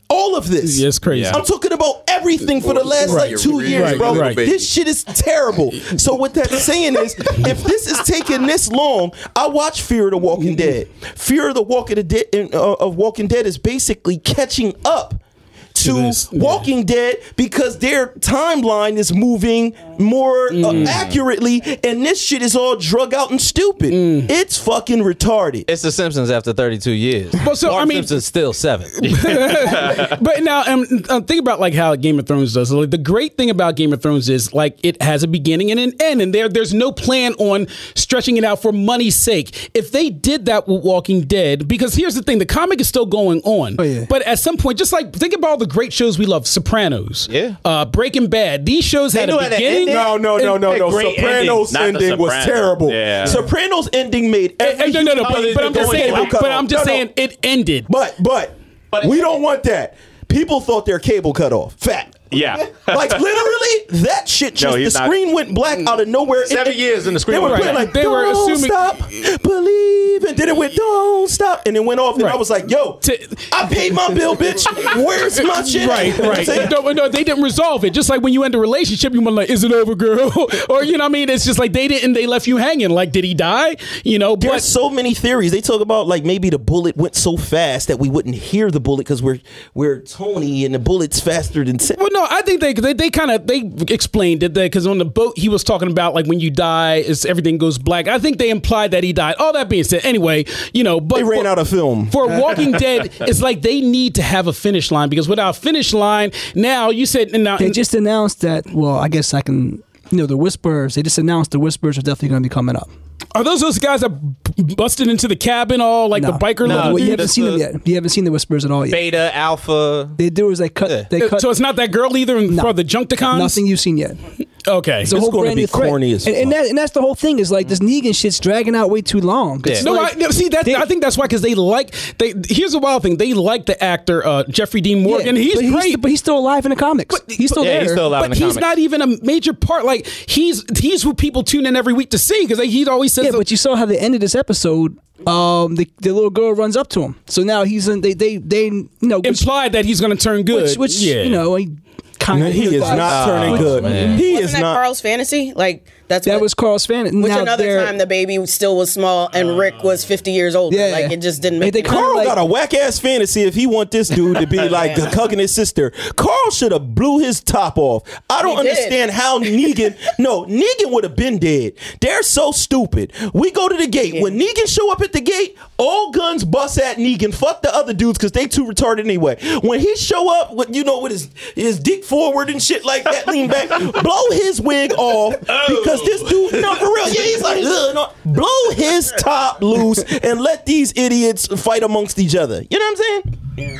Speaker 5: All of this,
Speaker 1: Yeah, it's crazy.
Speaker 5: I'm talking about everything for the last
Speaker 1: Right.
Speaker 5: like two
Speaker 1: Right,
Speaker 5: years, bro.
Speaker 1: right.
Speaker 5: This shit is terrible. So what that's saying is, if this is taking this long, I watch Fear of the Walking
Speaker 1: Mm-hmm.
Speaker 5: Dead. Fear of the Walking Dead uh, of Walking Dead is basically catching up to Walking Dead because their timeline is moving more
Speaker 1: Mm.
Speaker 5: uh, accurately, and this shit is all drug out and stupid.
Speaker 1: Mm.
Speaker 5: It's fucking retarded.
Speaker 3: It's The Simpsons after 32 years.
Speaker 1: Well, so,
Speaker 3: Bart
Speaker 1: I mean-
Speaker 3: Simpson's still seven.
Speaker 1: but now, um, um, think about like how Game of Thrones does. Like, the great thing about Game of Thrones is like it has a beginning and an end, and there there's no plan on stretching it out for money's sake. If they did that with Walking Dead, because here's the thing, the comic is still going on.
Speaker 5: Oh,
Speaker 1: But at some point, just like think about all the great shows we love, Sopranos, yeah, uh, Breaking Bad. These shows
Speaker 5: They
Speaker 1: had
Speaker 5: knew
Speaker 1: a
Speaker 5: how to end
Speaker 1: beginning.
Speaker 5: it. No, no, no, no, no.
Speaker 1: Great
Speaker 5: Sopranos
Speaker 1: ending. Not the
Speaker 5: ending was
Speaker 1: Sopranos.
Speaker 5: terrible.
Speaker 1: Yeah.
Speaker 5: Sopranos ending made
Speaker 1: And-
Speaker 5: every
Speaker 1: and no, no, no, but-
Speaker 5: other
Speaker 1: but I'm just
Speaker 5: going
Speaker 1: saying-
Speaker 5: cable
Speaker 1: but
Speaker 5: cut
Speaker 1: I'm
Speaker 5: off.
Speaker 1: just
Speaker 5: No, no.
Speaker 1: saying it ended.
Speaker 5: But but, we don't want that. People thought their cable cut off. Fact.
Speaker 2: Yeah.
Speaker 5: like literally, that
Speaker 2: No,
Speaker 5: shit just the
Speaker 2: he's not-
Speaker 5: screen went black out of nowhere.
Speaker 2: Seven years and the screen
Speaker 5: They were
Speaker 2: went
Speaker 5: playing
Speaker 2: black.
Speaker 5: like
Speaker 2: They
Speaker 5: don't
Speaker 2: were assuming-
Speaker 5: stop, believe, and then it went don't stop, and it went off, and I was like, yo, I paid my bill, bitch. Where's my shit?
Speaker 1: Right,
Speaker 5: You know what I'm
Speaker 1: right.
Speaker 5: saying?
Speaker 1: no, but no, they didn't resolve it. Just like when you end a relationship, you want like, is it over, girl? or you know, what I mean, it's just like they didn't. They left you hanging. Like, did he die? You know,
Speaker 5: There's so many theories. They talk about like maybe the bullet went so fast that we wouldn't hear the bullet because we're we're Tony and the bullet's faster than. Sa-
Speaker 1: Well, no, I think they they, they kind of they explained it because on the boat he was talking about like when you die, is everything goes black. I think they implied that he died. All that being said, anyway, you know, but they ran
Speaker 5: out of film
Speaker 1: for Walking Dead. It's like they need to have a finish line because without a finish line, now you said and now
Speaker 9: They just announced that. Well, I guess I can. You know, the Whisperers. They just announced the Whisperers are definitely going to be coming up.
Speaker 1: are those those guys that b- busted into the cabin all like the biker?
Speaker 9: No,
Speaker 1: looking-
Speaker 9: you haven't seen them yet. You haven't seen the Whisperers at all yet.
Speaker 3: Beta, Alpha.
Speaker 9: Oh, They do is they cut. They cut.
Speaker 1: so it's not that girl either in for the Junkticons.
Speaker 9: Nothing you've seen yet.
Speaker 1: Okay,
Speaker 9: It's a whole brand new threat. and, and that, and that's the whole thing is like this Negan shit's dragging out way too long. It's
Speaker 1: No,
Speaker 9: like-
Speaker 1: I, no, see that I think that's why because they like they. Here's the wild thing: they like the actor uh, Jeffrey Dean Morgan.
Speaker 9: Yeah,
Speaker 1: he's
Speaker 9: but
Speaker 1: great,
Speaker 9: but he's still alive in the comics. he's still there.
Speaker 1: but he's not even a major part. Like he's he's who people tune in every week to see because he always says.
Speaker 9: Yeah, but you saw how the end of this episode. Um, the, the little girl runs up to him, so now he's in. They they they you know which-
Speaker 1: implied that he's going to turn good.
Speaker 9: Which, which
Speaker 1: Yeah.
Speaker 9: you know, he kind
Speaker 5: No,
Speaker 9: of
Speaker 5: he is not
Speaker 9: "Oh,
Speaker 5: turning good. Man. He
Speaker 7: Wasn't that Carl's fantasy? Like that's
Speaker 9: That
Speaker 7: what-
Speaker 9: was Carl's fan.
Speaker 7: Which
Speaker 9: now
Speaker 7: another
Speaker 9: they're-
Speaker 7: time the baby still was small and Rick
Speaker 2: Oh.
Speaker 7: was 50 years old.
Speaker 9: Yeah.
Speaker 7: Like it just didn't make
Speaker 9: they
Speaker 7: any
Speaker 9: call
Speaker 7: sense.
Speaker 5: Carl got a whack ass fantasy if he want this dude to be like hugging his sister. Carl should have blew his top off. I don't
Speaker 7: He did.
Speaker 5: understand how Negan. no, Negan would have been dead. They're so stupid. We go to the gate. When Negan show up at the gate, all guns bust at Negan. Fuck the other dudes because they too retarded anyway. When he show up with you know with his his dick forward and shit like that, lean back, blow his wig off
Speaker 7: Oh.
Speaker 5: because this dude no for real. Yeah, he's like Ugh, no. blow his top loose and let these idiots fight amongst each other. You know what I'm saying?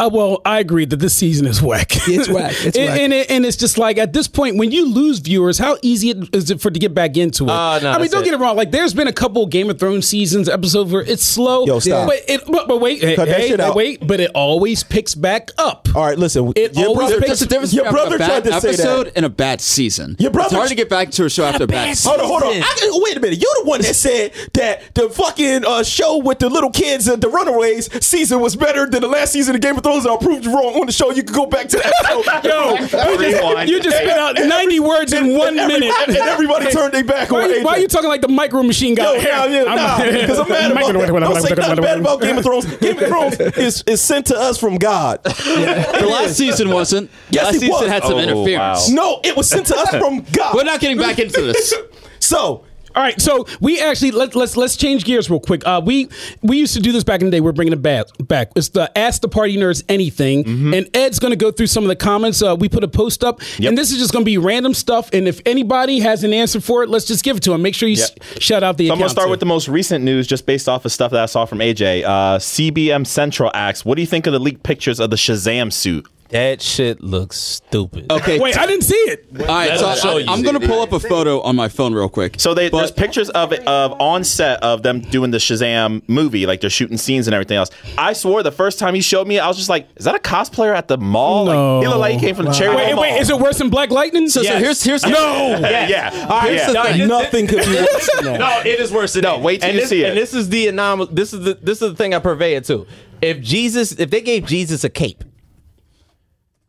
Speaker 1: Uh, well, I agree that this season is whack.
Speaker 9: It's whack. It's
Speaker 1: and,
Speaker 9: whack.
Speaker 1: And, it, and it's just like at this point, when you lose viewers, how easy it, is it for to get back into it?
Speaker 3: Oh, no,
Speaker 1: I mean,
Speaker 3: that's
Speaker 1: don't
Speaker 3: it.
Speaker 1: get it wrong. Like, there's been a couple Game of Thrones seasons episodes where it's slow.
Speaker 5: Yo, stop.
Speaker 1: But, it, but, but wait, hey,
Speaker 5: Cut that
Speaker 1: hey,
Speaker 5: shit out.
Speaker 1: wait, but it always picks back up.
Speaker 5: All right, listen.
Speaker 1: It
Speaker 4: Your
Speaker 1: always
Speaker 4: brother-
Speaker 1: picks
Speaker 4: there's a difference
Speaker 5: your
Speaker 4: between
Speaker 5: brother
Speaker 4: a bad
Speaker 5: tried to say that.
Speaker 4: episode and a bad season.
Speaker 5: Your brother-
Speaker 4: it's hard to get back to a show after a bad. season.
Speaker 5: Hold on, hold on. I can, wait a minute. You're the one that said that the fucking uh, show with the little kids and the Runaways season was better than the last season of Game of Thrones. I proved you wrong on the show. You can go back to that episode.
Speaker 1: Yo, you just, you just spit out 90 words in one
Speaker 5: and every-
Speaker 1: minute.
Speaker 5: and everybody turned their back
Speaker 1: why,
Speaker 5: on
Speaker 1: you- Why
Speaker 5: AJ.
Speaker 1: are you talking like the micro machine guy?
Speaker 5: Yo, hell yeah, nah, because I'm mad about that. Don't say nothing bad about Game of Thrones. Game of Thrones is, is sent to us from God.
Speaker 4: The last season wasn't.
Speaker 5: Yes,
Speaker 4: last
Speaker 5: it
Speaker 4: season
Speaker 5: was.
Speaker 4: had some
Speaker 5: Oh,
Speaker 4: interference.
Speaker 5: No, it was sent to us from God.
Speaker 4: We're not getting back into this.
Speaker 5: So
Speaker 1: All right, so we actually let, let's let's change gears real quick. Uh, we we used to do this back in the day. We're bringing it back. Back. It's the Ask the Party Nerds Anything,
Speaker 2: Mm-hmm.
Speaker 1: and Ed's going to go through some of the comments. Uh, we put a post up, and this is just going to be random stuff. And if anybody has an answer for it, let's just give it to him. Make sure you
Speaker 2: Yep.
Speaker 1: s- shout out the.
Speaker 2: So I'm gonna
Speaker 1: account,
Speaker 2: start
Speaker 1: too.
Speaker 2: with the most recent news, just based off of stuff that I saw from AJ. Uh, CBM Central asks, "What do you think of the leaked pictures of the Shazam suit?"
Speaker 3: That shit looks stupid.
Speaker 4: Okay,
Speaker 1: Wait, I didn't see it.
Speaker 4: All right, so I, I'm going to pull up a photo on my phone real quick.
Speaker 2: So they, there's pictures of of on set of them doing the Shazam movie, like they're shooting scenes and everything else. I swore the first time you showed me, I was just like, "Is that a cosplayer at the mall?" Like, he looked like he came from the Cherry
Speaker 1: Wait,
Speaker 2: Mall.
Speaker 1: wait, is it worse than Black Lightning?
Speaker 2: So- so Yes. here's- here's-
Speaker 1: no.
Speaker 2: Yeah, yeah. All right,
Speaker 1: Here's
Speaker 2: so
Speaker 1: the
Speaker 2: no,
Speaker 1: thing.
Speaker 2: you-
Speaker 5: Nothing could be worse than that.
Speaker 3: No, it is worse than
Speaker 2: No,
Speaker 3: that.
Speaker 2: wait till
Speaker 3: and
Speaker 2: you
Speaker 3: this,
Speaker 2: see it.
Speaker 3: And this is the anomaly. This is the this is the thing I purvey it to. If Jesus, if they gave Jesus a cape,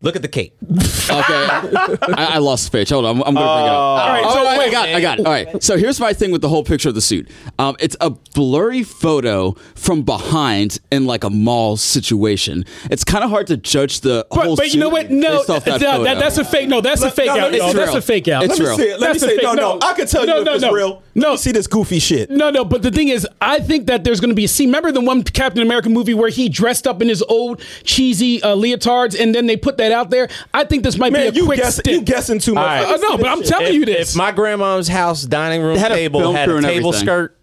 Speaker 3: look at the cape.
Speaker 4: okay. I, I lost the page. Hold on. I'm, I'm going to bring it up.
Speaker 3: Oh.
Speaker 4: All
Speaker 3: All right,
Speaker 4: right.
Speaker 3: so
Speaker 4: I
Speaker 3: wait.
Speaker 4: got it. I got it. All right. So here's my thing with the whole picture of the suit. Um, it's a blurry photo from behind in like a mall situation. It's kind of hard to judge the
Speaker 1: But,
Speaker 4: whole
Speaker 1: but you know what? No,
Speaker 4: based off that
Speaker 1: that-
Speaker 4: photo.
Speaker 1: that- that's a fake. No, that's a
Speaker 4: Look,
Speaker 1: fake
Speaker 4: no, no,
Speaker 1: out.
Speaker 4: it's
Speaker 1: y'all. that's
Speaker 4: real.
Speaker 1: a fake out.
Speaker 4: It's
Speaker 5: Let me see it. Let me
Speaker 1: That's a
Speaker 5: see it.
Speaker 1: fake-
Speaker 5: No, no, I can tell you if it's real.
Speaker 1: No,
Speaker 5: see this goofy shit.
Speaker 1: No, no, but the thing is, I think that there's going to be a scene. Remember the one Captain America movie where he dressed up in his old cheesy uh, leotards, and then they put that out there. I think this might
Speaker 5: Man,
Speaker 1: be a
Speaker 5: you
Speaker 1: quick
Speaker 5: guess-
Speaker 1: stick.
Speaker 5: you guessing too much.
Speaker 1: I
Speaker 5: All right.
Speaker 1: know, Uh, but I'm telling
Speaker 3: If-
Speaker 1: you this.
Speaker 3: If my grandmom's house dining room
Speaker 1: They had a
Speaker 3: table
Speaker 1: film
Speaker 3: had
Speaker 1: crew
Speaker 3: a
Speaker 1: and
Speaker 3: table
Speaker 1: everything.
Speaker 3: skirt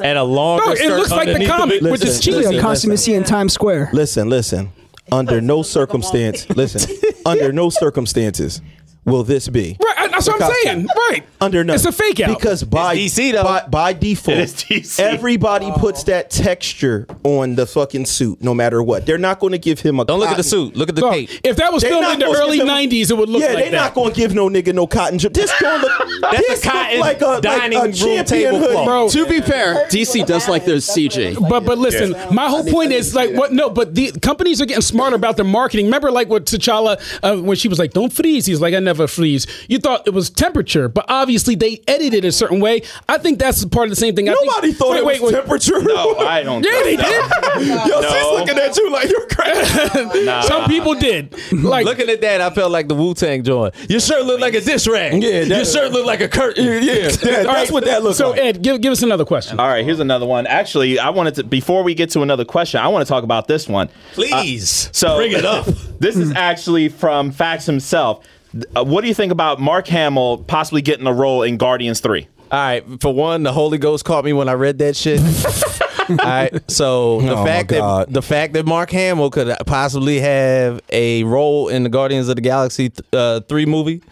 Speaker 3: and a longer
Speaker 1: Bro, it
Speaker 3: skirt,
Speaker 1: looks like the
Speaker 3: underneath
Speaker 1: comic
Speaker 3: big-
Speaker 1: with the
Speaker 5: Listen,
Speaker 1: cheese.
Speaker 5: listen,
Speaker 9: Yeah, consummation in Times Square.
Speaker 5: Listen, listen. Under no circumstance, listen. Under no circumstances will this be.
Speaker 1: Right, that's what I'm
Speaker 5: Picasso.
Speaker 1: saying. Right.
Speaker 5: Under none.
Speaker 1: It's a fake out.
Speaker 5: Because by by, by default,
Speaker 1: It is DC.
Speaker 5: everybody
Speaker 3: Oh.
Speaker 5: puts that texture on the fucking suit, no matter what. They're not going to give him a. Don't
Speaker 3: look at the suit. Look at the cape.
Speaker 1: If that was filmed in the early 90s, it would look
Speaker 5: yeah,
Speaker 1: like
Speaker 5: they're
Speaker 1: that.
Speaker 5: not going to give no nigga no cotton. Ju- this going to
Speaker 3: That's
Speaker 5: this
Speaker 3: a cotton
Speaker 5: look like a
Speaker 3: dining
Speaker 5: like a
Speaker 3: room
Speaker 5: champion
Speaker 3: tablecloth.
Speaker 5: hoodie.
Speaker 1: Bro.
Speaker 4: to be fair, DC does like their CG.
Speaker 1: But but listen, my whole point is like what no, but the companies are getting smarter about their marketing. Remember, like what T'Challa uh, when she was like, "Don't freeze," he's like, "I never freeze." You thought it was temperature, but obviously they edited it a certain way. I think that's part of the same thing. I
Speaker 5: Nobody
Speaker 1: think,
Speaker 5: thought it was temperature.
Speaker 2: No, I don't.
Speaker 1: Yeah, they
Speaker 2: think
Speaker 1: did.
Speaker 2: so.
Speaker 5: Yo,
Speaker 2: No.
Speaker 5: she's looking at you like you're crazy.
Speaker 2: Nah.
Speaker 1: Some people did. Like
Speaker 3: Looking at that, I felt like the Wu Tang joint. Your shirt looked like a dish rag.
Speaker 5: Yeah, that-
Speaker 3: your shirt looked like a curtain.
Speaker 5: yeah, that- that's
Speaker 1: All right,
Speaker 5: what that looks
Speaker 1: so
Speaker 5: like.
Speaker 1: Ed, give give us another question.
Speaker 2: All right, here's another one. Actually, I wanted to before we get to another question, I want to talk about this one. Uh,
Speaker 3: Please,
Speaker 2: So
Speaker 3: bring it up.
Speaker 2: this is actually from Fax himself. Th- uh, what do you think about Mark Hamill possibly getting a role in Guardians Three?
Speaker 3: All right, for one, the Holy Ghost caught me when I read that shit. All right, so the
Speaker 5: Oh, my
Speaker 3: fact
Speaker 5: God.
Speaker 3: that the fact that Mark Hamill could possibly have a role in the Guardians of the Galaxy th- uh, three movie,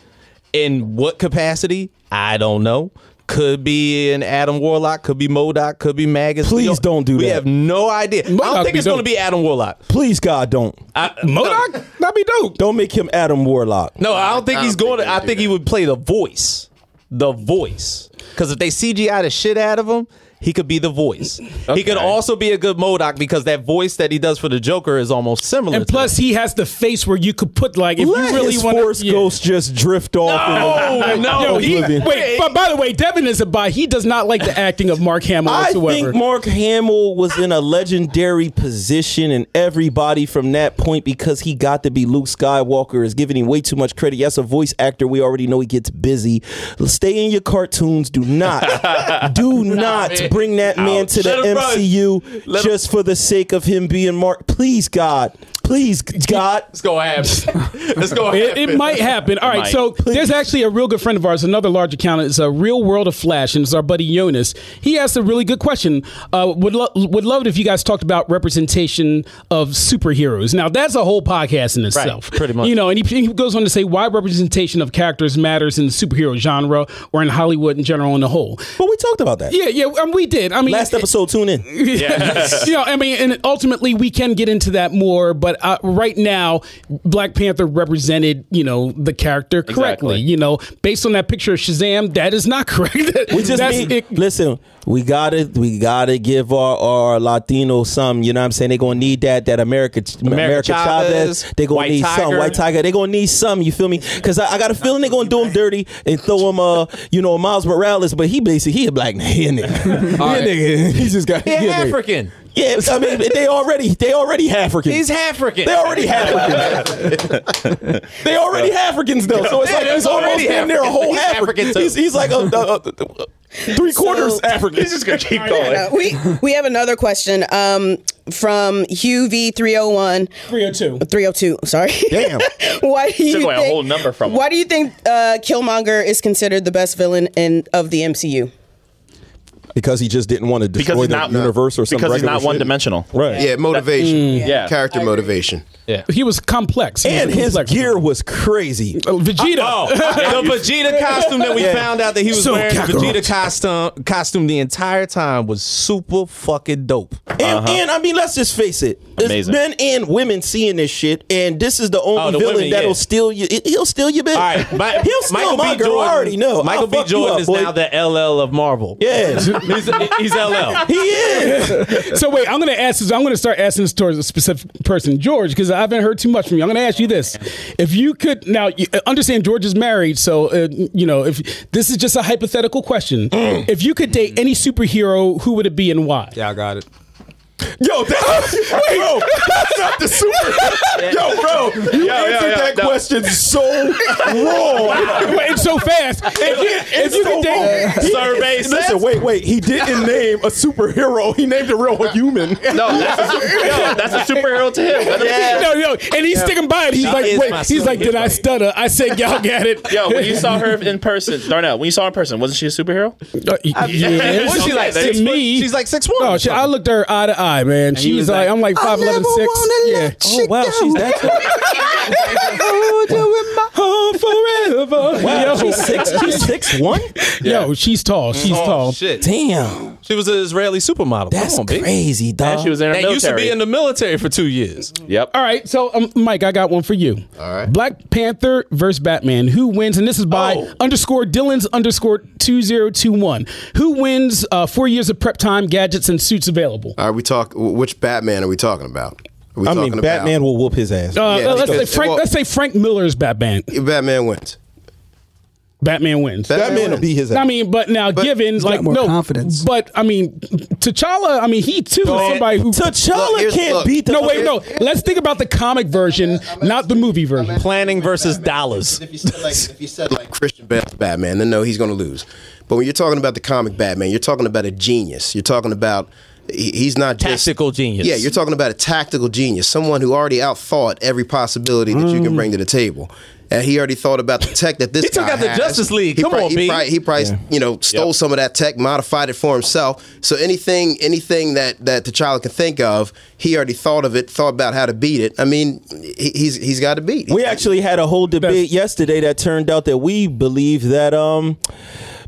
Speaker 3: in what capacity? I don't know. Could be an Adam Warlock, could be Modoc, could be Magus.
Speaker 5: Please
Speaker 3: We
Speaker 5: don't do
Speaker 3: we
Speaker 5: that.
Speaker 3: have no idea. I
Speaker 1: MODOK
Speaker 3: don't
Speaker 1: be
Speaker 3: think it's going to
Speaker 1: dope.
Speaker 3: be Adam Warlock.
Speaker 5: Please, God, don't
Speaker 3: I,
Speaker 1: Modoc, that'd be dope.
Speaker 5: don't make him Adam Warlock.
Speaker 3: No, I don't think
Speaker 8: I
Speaker 3: he's
Speaker 8: don't
Speaker 3: going
Speaker 8: think
Speaker 3: to. I
Speaker 8: they do
Speaker 3: think he would play the voice. The voice. Because if they CGI the shit out of him, he could be the voice. He could also be a good Modoc because that voice that he does for the Joker is almost similar.
Speaker 1: And
Speaker 3: to
Speaker 1: plus, he has the face where you could put like if
Speaker 5: Let
Speaker 1: you really
Speaker 5: his
Speaker 1: want
Speaker 5: force ghost just drift off.
Speaker 3: No,
Speaker 5: in the-
Speaker 3: no,
Speaker 1: Yo, he,
Speaker 5: Oblivion.
Speaker 1: wait, but by the way, Devin is a bi. He does not like the acting of Mark Hamill
Speaker 5: I
Speaker 1: whatsoever.
Speaker 5: think Mark Hamill was in a legendary position, and everybody from that point, because he got to be Luke Skywalker, is giving him way too much credit. Yes, a voice actor, we already know he gets busy. Stay in your cartoons. Do not, do not bring that man to the
Speaker 3: Let him run.
Speaker 5: MCU
Speaker 3: Let him-
Speaker 5: just for the sake of him being Mark. Please, God. Please, God.
Speaker 3: Let's go happen. Let's go
Speaker 1: It, it might happen. All right.
Speaker 2: might.
Speaker 1: So there's actually a real good friend of ours, another large account. It's a real world of Flash, and it's our buddy Jonas. He asked a really good question. Uh, would lo- would love it if you guys talked about representation of superheroes. Now that's a whole podcast in itself,
Speaker 3: pretty much.
Speaker 1: You know, and he, he goes on to say why representation of characters matters in the superhero genre or in Hollywood in general on the whole.
Speaker 5: But we talked about that.
Speaker 1: Yeah, yeah, um, we did. I mean,
Speaker 5: Last episode, tune in.
Speaker 1: you know, I mean, and ultimately we can get into that more, but uh, right now, Black Panther represented, you know, the character correctly.
Speaker 2: Exactly.
Speaker 1: You know, based on that picture of Shazam, that is not correct.
Speaker 5: We just
Speaker 1: That's-
Speaker 5: need,
Speaker 1: it-
Speaker 5: listen. We gotta we gotta give our our Latino some. You know what I'm saying? They gonna need that that America America, Chavez.
Speaker 3: Chavez,
Speaker 5: They gonna
Speaker 3: White
Speaker 5: need some
Speaker 3: Tiger.
Speaker 5: White Tiger. They gonna need some. You feel me? Because I, I got a feeling they gonna do him dirty and throw him uh you know Miles Morales, but he basically he a black man. He a nigga. He a
Speaker 4: right.
Speaker 5: nigga. He just got he a
Speaker 3: He's
Speaker 5: nigga.
Speaker 3: African.
Speaker 5: Yeah, I mean they already they already African.
Speaker 3: He's African.
Speaker 5: They already Africans. they already Africans though, so it's like
Speaker 3: Yeah,
Speaker 5: it's
Speaker 3: already
Speaker 5: almost damn near a whole
Speaker 3: African. He's
Speaker 5: African.
Speaker 3: African, too.
Speaker 5: he's, he's like a, a, a- Three quarters African.
Speaker 2: He's just gonna keep going.
Speaker 7: Uh, we we have another question um, from Hugh V three hundred one. Three hundred two. Three hundred two. Sorry.
Speaker 2: Damn.
Speaker 7: why do you
Speaker 2: oh Took away a
Speaker 7: think-
Speaker 2: whole number from him.
Speaker 7: Why do you think uh, Killmonger is considered the best villain in of the MCU?
Speaker 5: because he just didn't want to
Speaker 2: Because
Speaker 5: destroy
Speaker 2: he's
Speaker 5: the
Speaker 2: not-
Speaker 5: universe or something.
Speaker 2: because he's not one-dimensional.
Speaker 5: Right.
Speaker 8: Yeah, motivation.
Speaker 5: Mm, yeah.
Speaker 8: Character motivation.
Speaker 3: Yeah.
Speaker 1: He was complex. He was
Speaker 5: And
Speaker 1: a
Speaker 5: his
Speaker 1: complex Uh,
Speaker 5: gear was crazy.
Speaker 1: Vegeta.
Speaker 3: Oh, the Vegeta costume that we
Speaker 5: Yeah.
Speaker 3: found out that he was
Speaker 5: So
Speaker 3: wearing the
Speaker 5: cockroach.
Speaker 3: Vegeta costume costume the entire time was super fucking dope.
Speaker 5: And, and I mean, let's just face it. It's
Speaker 3: Amazing. Oh,
Speaker 5: men and women seeing this shit, and this is the only
Speaker 3: the
Speaker 5: villain
Speaker 3: women,
Speaker 5: that'll
Speaker 3: yeah.
Speaker 5: steal you. it- He'll steal your bitch.
Speaker 3: All right, my,
Speaker 5: he'll steal
Speaker 3: Michael
Speaker 5: my
Speaker 3: B.
Speaker 5: girl.
Speaker 3: Jordan.
Speaker 5: I already know.
Speaker 3: Michael
Speaker 5: I'll
Speaker 3: B.
Speaker 5: fuck you
Speaker 3: Jordan
Speaker 5: up,
Speaker 3: is
Speaker 5: boy.
Speaker 3: now the LL of Marvel.
Speaker 5: Yeah.
Speaker 3: he's, he's LL.
Speaker 5: He is.
Speaker 1: so wait, I'm gonna ask this. I'm gonna start asking this towards a specific person, George, because I haven't heard too much from you. I'm gonna ask you this: If you could now you, uh, understand, George is married, so uh, you know if this is just a hypothetical question. If you could date any superhero, who would it be and why?
Speaker 3: Yeah, I got it.
Speaker 5: Yo, that's, bro, that's not the super. Yo, bro,
Speaker 2: Yo,
Speaker 5: you
Speaker 2: yo,
Speaker 5: answered
Speaker 2: yo,
Speaker 5: that
Speaker 2: no.
Speaker 5: question so wrong.
Speaker 1: Wait, it's so fast. If you, if
Speaker 5: It's
Speaker 1: you
Speaker 5: so
Speaker 1: could date,
Speaker 5: wrong. He-
Speaker 2: Survey
Speaker 5: Listen,
Speaker 2: says-
Speaker 5: wait, wait. He didn't name a superhero. He named a real human.
Speaker 2: No, that's a, su- yo, that's a superhero to him. Let him-
Speaker 1: no, no, and he's sticking by it. He's
Speaker 3: That
Speaker 1: like,
Speaker 3: is
Speaker 1: wait,
Speaker 3: my
Speaker 1: he's like, did I stutter? I said, y'all got it.
Speaker 2: Yo, when you saw her in person, Darnell, when you saw her in person, wasn't she a superhero?
Speaker 1: Uh, y- yes.
Speaker 3: What's she like,
Speaker 1: To
Speaker 3: six
Speaker 1: me,
Speaker 3: foot? She's like 6'1"
Speaker 1: No, she, I looked her eye to eye, man.
Speaker 3: he
Speaker 1: She's
Speaker 3: was
Speaker 1: like,
Speaker 3: like,
Speaker 1: I'm like five eleven six. Yeah.
Speaker 3: Oh wow, she's that.
Speaker 1: Oh, forever.
Speaker 3: Wow,
Speaker 1: Yo.
Speaker 3: she's six. She's six one.
Speaker 1: Yo, she's tall. She's
Speaker 3: Oh,
Speaker 1: tall.
Speaker 3: Shit.
Speaker 5: Damn,
Speaker 3: She was an Israeli supermodel.
Speaker 5: that's
Speaker 3: Come on, bitch.
Speaker 5: crazy, dog.
Speaker 2: And she was in her
Speaker 3: That used to be
Speaker 2: military.
Speaker 3: in the military for two years.
Speaker 2: yep.
Speaker 1: All right, so um, Mike, I got one for you. All right, Black Panther versus Batman. Who wins? And this is by
Speaker 3: Oh.
Speaker 1: underscore Dylan's underscore two zero two one. Who wins? Uh, four years of prep time, gadgets, and suits available.
Speaker 8: Are we talk? Which Batman are we talking about? Are we
Speaker 5: I
Speaker 8: talking
Speaker 5: mean, Batman
Speaker 8: about
Speaker 5: will whoop his ass.
Speaker 1: Uh,
Speaker 8: Yeah,
Speaker 1: let's say
Speaker 8: because-
Speaker 1: Frank.
Speaker 8: well-
Speaker 1: let's say Frank Miller's Batman.
Speaker 8: Batman wins.
Speaker 1: Batman wins.
Speaker 5: Batman will
Speaker 8: wins.
Speaker 5: beat his ass.
Speaker 1: I mean, but now given
Speaker 9: got
Speaker 1: like
Speaker 9: more
Speaker 1: no
Speaker 9: confidence.
Speaker 1: But I mean, T'Challa. I mean, he too is somebody who.
Speaker 8: Look,
Speaker 5: T'Challa
Speaker 8: here's-
Speaker 5: can't
Speaker 8: look.
Speaker 5: beat the
Speaker 1: no, wait, no. Let's think about the comic version, not the movie version.
Speaker 3: Planning versus dollars.
Speaker 8: If you said like, if you said like Christian Bale's Batman, then no, he's going to lose. But when you're talking about the comic Batman, you're talking about a genius. You're talking about he- he's not just
Speaker 3: Tactical genius.
Speaker 8: Yeah, you're talking about a tactical genius, someone who already outthought every possibility that you can bring to the table. And he already thought about the tech that this
Speaker 3: He took
Speaker 8: guy
Speaker 3: out the
Speaker 8: has.
Speaker 3: Justice League.
Speaker 8: He
Speaker 3: Come
Speaker 8: prob-
Speaker 3: on,
Speaker 8: he
Speaker 3: B.
Speaker 8: probably, he probably you know stole some of that tech, modified it for himself. So anything anything that that T'Challa can think of, he already thought of it, thought about how to beat it. I mean, he, he's he's got to beat.
Speaker 5: We actually had a whole debate yesterday that turned out that we believe that um,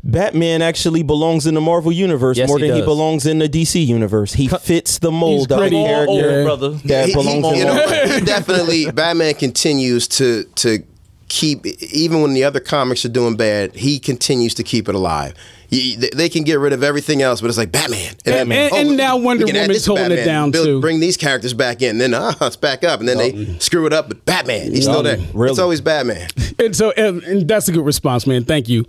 Speaker 5: Batman actually belongs in the Marvel universe
Speaker 3: Yes,
Speaker 5: more
Speaker 3: he
Speaker 5: than he
Speaker 3: does.
Speaker 5: belongs in the DC universe. He fits the mold of the
Speaker 1: gritty.
Speaker 5: character
Speaker 1: All over,
Speaker 3: brother.
Speaker 5: that
Speaker 8: He- he-
Speaker 5: belongs in
Speaker 8: you know,
Speaker 5: Marvel.
Speaker 8: he definitely Batman continues to to keep even when the other comics are doing bad, he continues to keep it alive. You- they- They can get rid of everything else, but it's like Batman. And,
Speaker 1: Batman. And- and
Speaker 8: we-
Speaker 1: now
Speaker 8: we
Speaker 1: Wonder
Speaker 8: can add
Speaker 1: Woman's
Speaker 8: this
Speaker 1: holding it
Speaker 8: Batman,
Speaker 1: down,
Speaker 8: build-
Speaker 1: too.
Speaker 8: Bring these characters back in, then ah, it's back up, and then they screw it up. But Batman, he's still there. It's always Batman.
Speaker 1: And so, and, and that's a good response, man. Thank you.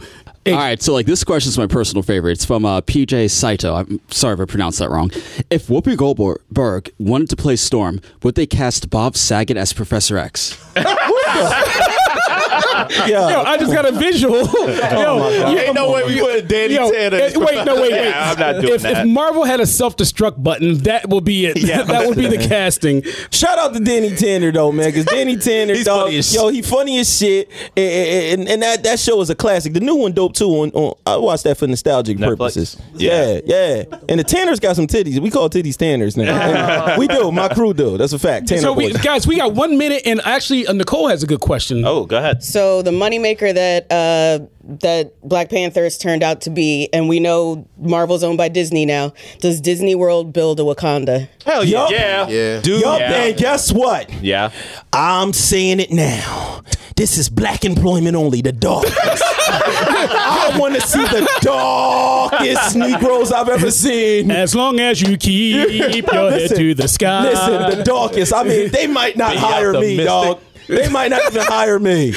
Speaker 4: All right, so like this question is my personal favorite. It's from uh, PJ Saito. I'm sorry if I pronounced that wrong. If Whoopi Goldberg wanted to play Storm, would they cast Bob Saget as Professor X?
Speaker 5: Yeah. Oh,
Speaker 1: Yo, I just got a visual. Yo, you
Speaker 3: Ain't no way we put Danny
Speaker 1: Yo,
Speaker 3: Tanner.
Speaker 1: eh, wait, no, wait, wait.
Speaker 2: Yeah, I'm not doing
Speaker 1: if,
Speaker 2: that.
Speaker 1: if Marvel had a self-destruct button, that would be it.
Speaker 2: Yeah.
Speaker 1: that would be the casting.
Speaker 5: Shout out to Danny Tanner though, man, because Danny Tanner,
Speaker 3: He's
Speaker 5: dog,
Speaker 3: funny as-
Speaker 5: yo, he funny as shit, and, and, and that, that show is a classic. The new one, dope too. On, on I watched that for nostalgic
Speaker 2: Netflix?
Speaker 5: purposes.
Speaker 2: Yeah.
Speaker 5: Yeah. yeah, And the Tanners got some titties. We call titties Tanners now. we do. My crew do. That's a fact. Tanner
Speaker 1: So, we,
Speaker 5: boys.
Speaker 1: guys, we got one minute, and actually, uh, Nicole has a good question.
Speaker 2: Oh, go ahead.
Speaker 7: So the moneymaker that uh, that Black Panthers turned out to be, and we know Marvel's owned by Disney now. Does Disney World build a Wakanda?
Speaker 3: Hell yeah.
Speaker 5: Yup.
Speaker 2: Yeah.
Speaker 8: Yeah.
Speaker 5: Yup,
Speaker 2: Yeah.
Speaker 5: and guess what?
Speaker 2: Yeah.
Speaker 5: I'm saying it now. This is black employment only, the darkness. I want to see the
Speaker 1: Oh,
Speaker 5: darkest Negroes I've ever seen.
Speaker 1: As long as you keep your head
Speaker 5: Listen,
Speaker 1: to the sky.
Speaker 5: Listen, the darkest. I mean, they might not hire me,
Speaker 3: optimistic.
Speaker 5: dog. They might not even hire me.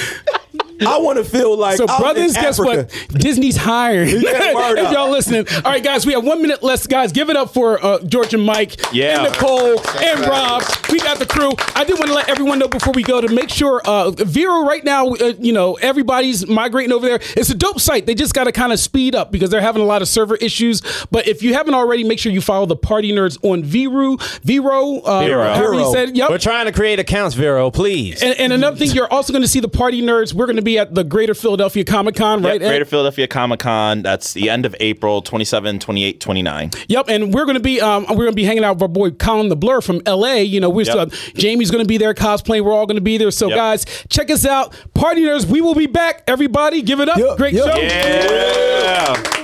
Speaker 5: I want to feel like
Speaker 1: so
Speaker 5: I'm in
Speaker 1: brothers, guess
Speaker 5: Africa.
Speaker 1: what? Disney's hiring.
Speaker 5: Yeah, word
Speaker 1: if
Speaker 5: up.
Speaker 1: y'all listening. All right, guys, we have one minute left. Guys, give it up for uh, George and Mike
Speaker 2: Yeah.
Speaker 1: and Nicole and Rob. We got the crew. I do want to let everyone know before we go to make sure uh, Vero right now, uh, you know, everybody's migrating over there. It's a dope site. They just got to kind of speed up because they're having a lot of server issues. But if you haven't already, make sure you follow the Party Nerds on Vero. Vero. Uh, however you said, yep.
Speaker 3: We're trying to create accounts, Vero, please.
Speaker 1: And, and another thing, you're also going to see the party nerds. We're going to be at the Greater Philadelphia Comic Con, right?
Speaker 2: Greater
Speaker 1: Ed?
Speaker 2: Philadelphia Comic Con. That's the end of April, 27, 28, 29.
Speaker 1: Yep, and we're gonna be um, we're gonna be hanging out with our boy Colin the Blur from L.A. You know, we're
Speaker 2: Yep.
Speaker 1: still, Jamie's gonna be there cosplaying. We're all gonna be there. So
Speaker 2: Yep.
Speaker 1: guys, check us out, party nerds. We will be back. Everybody, give it up! Great show.
Speaker 2: Yeah.